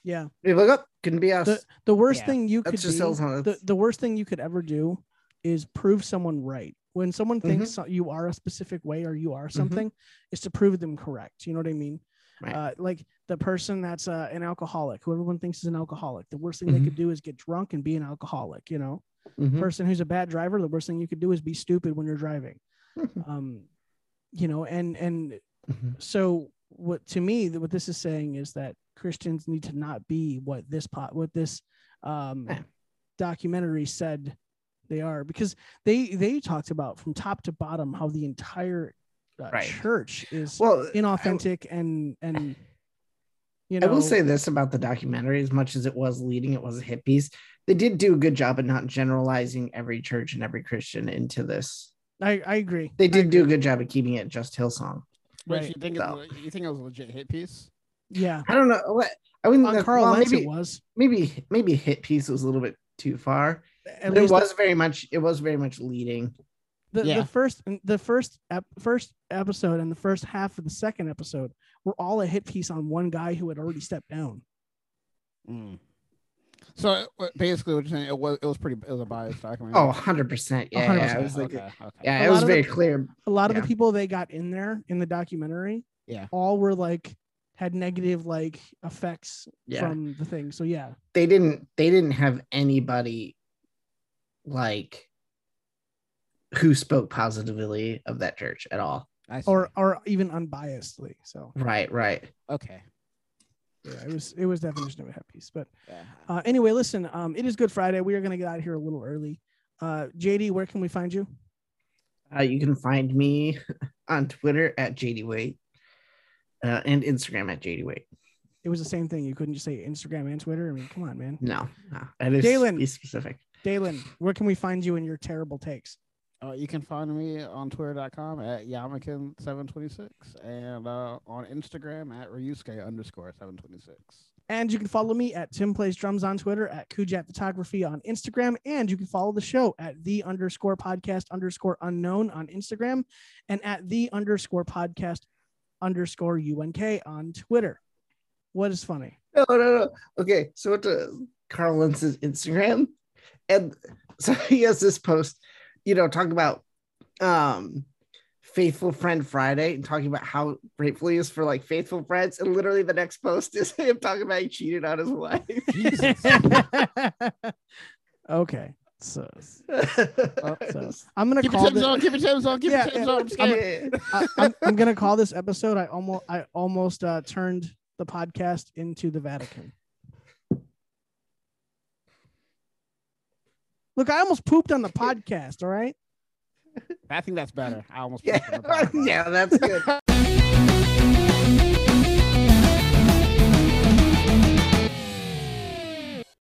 A: Yeah.
C: You look up, couldn't be us.
A: The, the worst
C: Yeah.
A: thing you
C: That's
A: could
C: just
A: do,
C: sales hunt.
A: the, the worst thing you could ever do is prove someone right. When someone thinks
C: Mm-hmm.
A: so- you are a specific way or you are something, is to prove them correct. You know what I mean? Uh, like the person that's uh, an alcoholic, who everyone thinks is an alcoholic, the worst thing
C: Mm-hmm.
A: they could do is get drunk and be an alcoholic. You know,
C: Mhm.
A: person who's a bad driver, the worst thing you could do is be stupid when you're driving.
C: Mm-hmm.
A: um, you know, and and so what to me th- what this is saying is that Christians need to not be what this pot what this um, documentary said they are because they they talked about from top to bottom how the entire uh,
C: Right.
A: church is
C: Well, I-
A: inauthentic and and you know
C: I will say this about the documentary: as much as it was leading, it was hippies. They did do a good job at not generalizing every church and every Christian into this.
A: I, I agree.
C: They did do a good job at keeping it just Hillsong.
B: Wait, you think
C: So.
B: it's, you think it was a legit hit piece?
A: Yeah.
C: I don't know. what- I wouldn't.
A: On
C: nec-
A: Uh, Carl
C: well,
A: Lentz it
C: maybe
A: was.
C: maybe maybe hit piece was a little bit too far.
A: At
C: But it
A: least-
C: was very much. It was very much leading.
A: the,
C: Yeah.
A: the first the first ep- first episode and the first half of the second episode were all a hit piece on one guy who had already stepped down.
B: Mm. So it- what- basically, what you're saying, it was it was pretty it was a biased document.
C: Oh, 100 percent. Yeah, yeah. It
B: 100%,
C: was like,
B: okay, okay.
C: yeah,
A: A
C: it was
A: lot of the-
C: very clear.
A: A lot of
C: Yeah.
A: the people they got in there in the documentary,
B: Yeah.
A: all were like had negative like effects
C: Yeah.
A: from the thing. So yeah,
C: they didn't they didn't have anybody like who spoke positively of that church at all.
A: or or even unbiasedly. So
C: Right, right.
B: Okay.
A: yeah, it was it was definition of a hit piece. But uh, anyway, listen, um, it is Good Friday. We are gonna get out of here a little early. Uh, JD, where can we find you?
C: Uh, you can find me on Twitter at JD Wait uh, and Instagram at JD Wait.
A: It was the same thing. You couldn't just say Instagram and Twitter. I mean, come on, man.
C: No, no, that is
A: Jalen.
C: be specific.
A: Dalen, where can we find you in your terrible takes?
B: Uh, you can find me on twitter.com at yamakin726 and uh, on Instagram at ryusuke underscore 726.
A: And you can follow me at Tim Plays Drums on Twitter, at Kujat Photography on Instagram, and you can follow the show at the underscore podcast underscore unknown on Instagram and at the underscore podcast underscore UNK on Twitter. What is funny?
C: No, no, no. Okay, so what to Carl Lentz's Instagram, and so he has this post, you know, talking about um Faithful Friend Friday and talking about how grateful he is for like faithful friends, and literally the next post is him talking about he cheated on his wife.
A: Okay. So, so I'm gonna
B: Keep your
A: call
B: tips
A: this-
B: on, keep your tips on, keep
A: Yeah,
B: your tips
A: yeah.
B: on. I'm scared.
A: I, I'm, I'm gonna call this episode. I almost I almost uh, turned the podcast into the Vatican. Look, I almost pooped on the podcast. All right.
B: I think that's better. I almost.
C: yeah, that's good.